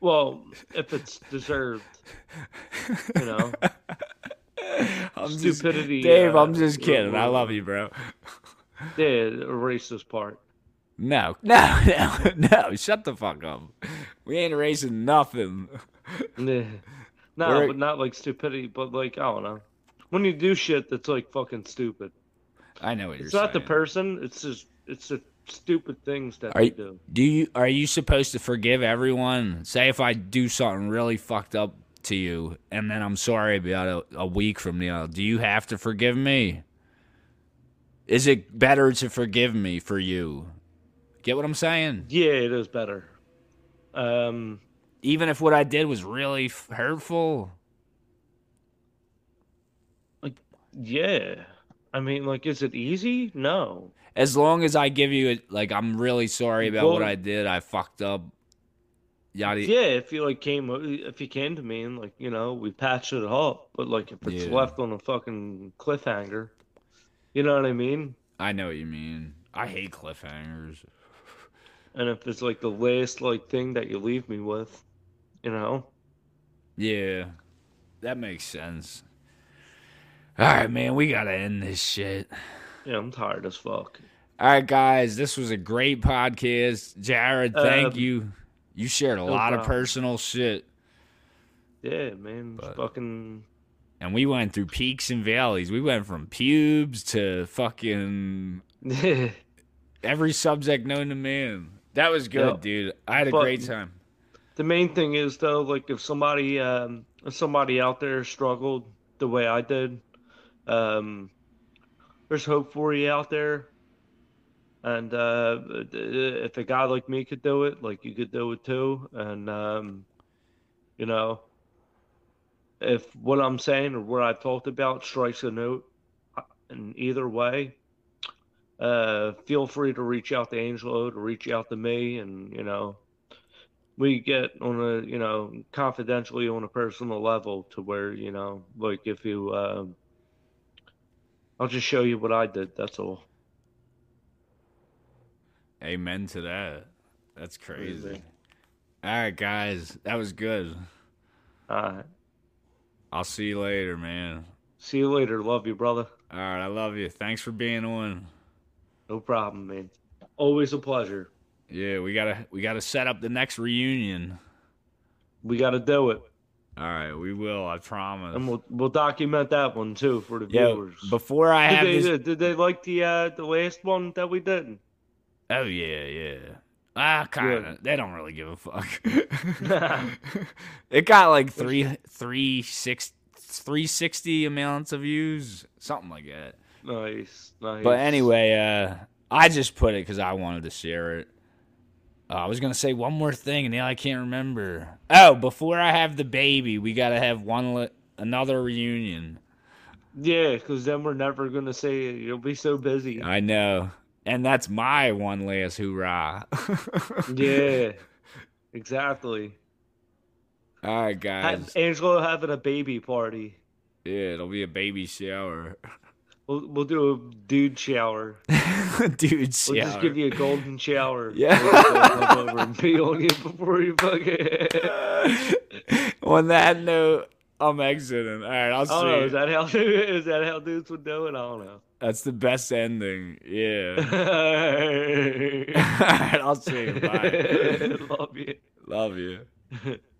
Well, if it's deserved. You know. I'm Stupidity, Just, Dave, uh, I'm just kidding. I love you, bro. Yeah, erase this part. No, no, no, no. Shut the fuck up. We ain't erasing nothing. Yeah. No, We're- but not like stupidity, but like I don't know. When you do shit that's like fucking stupid. I know what it's you're not the saying. person, it's just it's the stupid things that Are they you- do. do you are you supposed to forgive everyone? Say if I do something really fucked up to you, and then I'm sorry about it a week from now. Do you have to forgive me? Is it better to forgive me for you? Get what I'm saying? Yeah, it is better. Um Even if what I did was really f- hurtful. Yeah. I mean, like, is it easy? No. As long as I give you it, like I'm really sorry about what Well- I did. I fucked up. Yada. Yeah, if you like came, if you came to me and like, you know, we patched it up, but like, if it's Yeah. left on a fucking cliffhanger, you know what I mean? I know what you mean. I hate cliffhangers. And if it's like the last like thing that you leave me with, you know, Yeah, that makes sense. All right, man, we gotta end this shit. yeah, I'm tired as fuck. All right, guys, this was a great podcast. Jared, thank Um, you. You shared a lot of problem. personal shit, Yeah, man, it's But- fucking and we went through peaks and valleys. We went from pubes to fucking yeah. every subject known to man. That was good, Yep. dude. I had a But- great time. The main thing is though, like, if somebody, um, if somebody out there struggled the way I did, um, there's hope for you out there. And uh, if a guy like me could do it, like you could do it too. And, um, you know, if what I'm saying or what I've talked about strikes a note uh, in either way, uh, feel free to reach out to Angelo, to reach out to me. And, you know, we get on a, you know, confidentially on a personal level to where, you know, like if you, um, I'll just show you what I did. That's all. Amen to that. That's crazy. Crazy. All right, guys, that was good. All right. I'll see you later, man. See you later. Love you, brother. All right, I love you. Thanks for being on. No problem, man. Always a pleasure. Yeah, we gotta we gotta set up the next reunion. we got to do it, All right, we will. I promise. and we'll we'll document that one too for the Yo, viewers. before I did, have they, this. did they like the uh, the last one that we did? Oh yeah, yeah. Ah, kind of. They don't really give a fuck. it got like three, three, six, three sixty amounts of views, something like that. Nice, nice. But anyway, uh, I just put it because I wanted to share it. Uh, I was gonna say one more thing, and now I can't remember. Oh, before I have the baby, we gotta have one li- another reunion. yeah, because then we're never gonna say it. You'll be so busy. I know, and that's my one last hoorah. yeah, exactly. All right, Ha- guys. Angelo having a baby party. Yeah, it'll be a baby shower. We'll we'll do a dude shower. Dude, We'll shower. just give you a golden shower. Yeah. We'll just, uh, come over and pee on you before you fucking. On that note, I'm exiting. All right, I'll see. I don't know. you. Oh, Is that how is that how dudes would do it? I don't know. That's the best ending. Yeah. Love All right, I'll see you. Bye. you. Love you.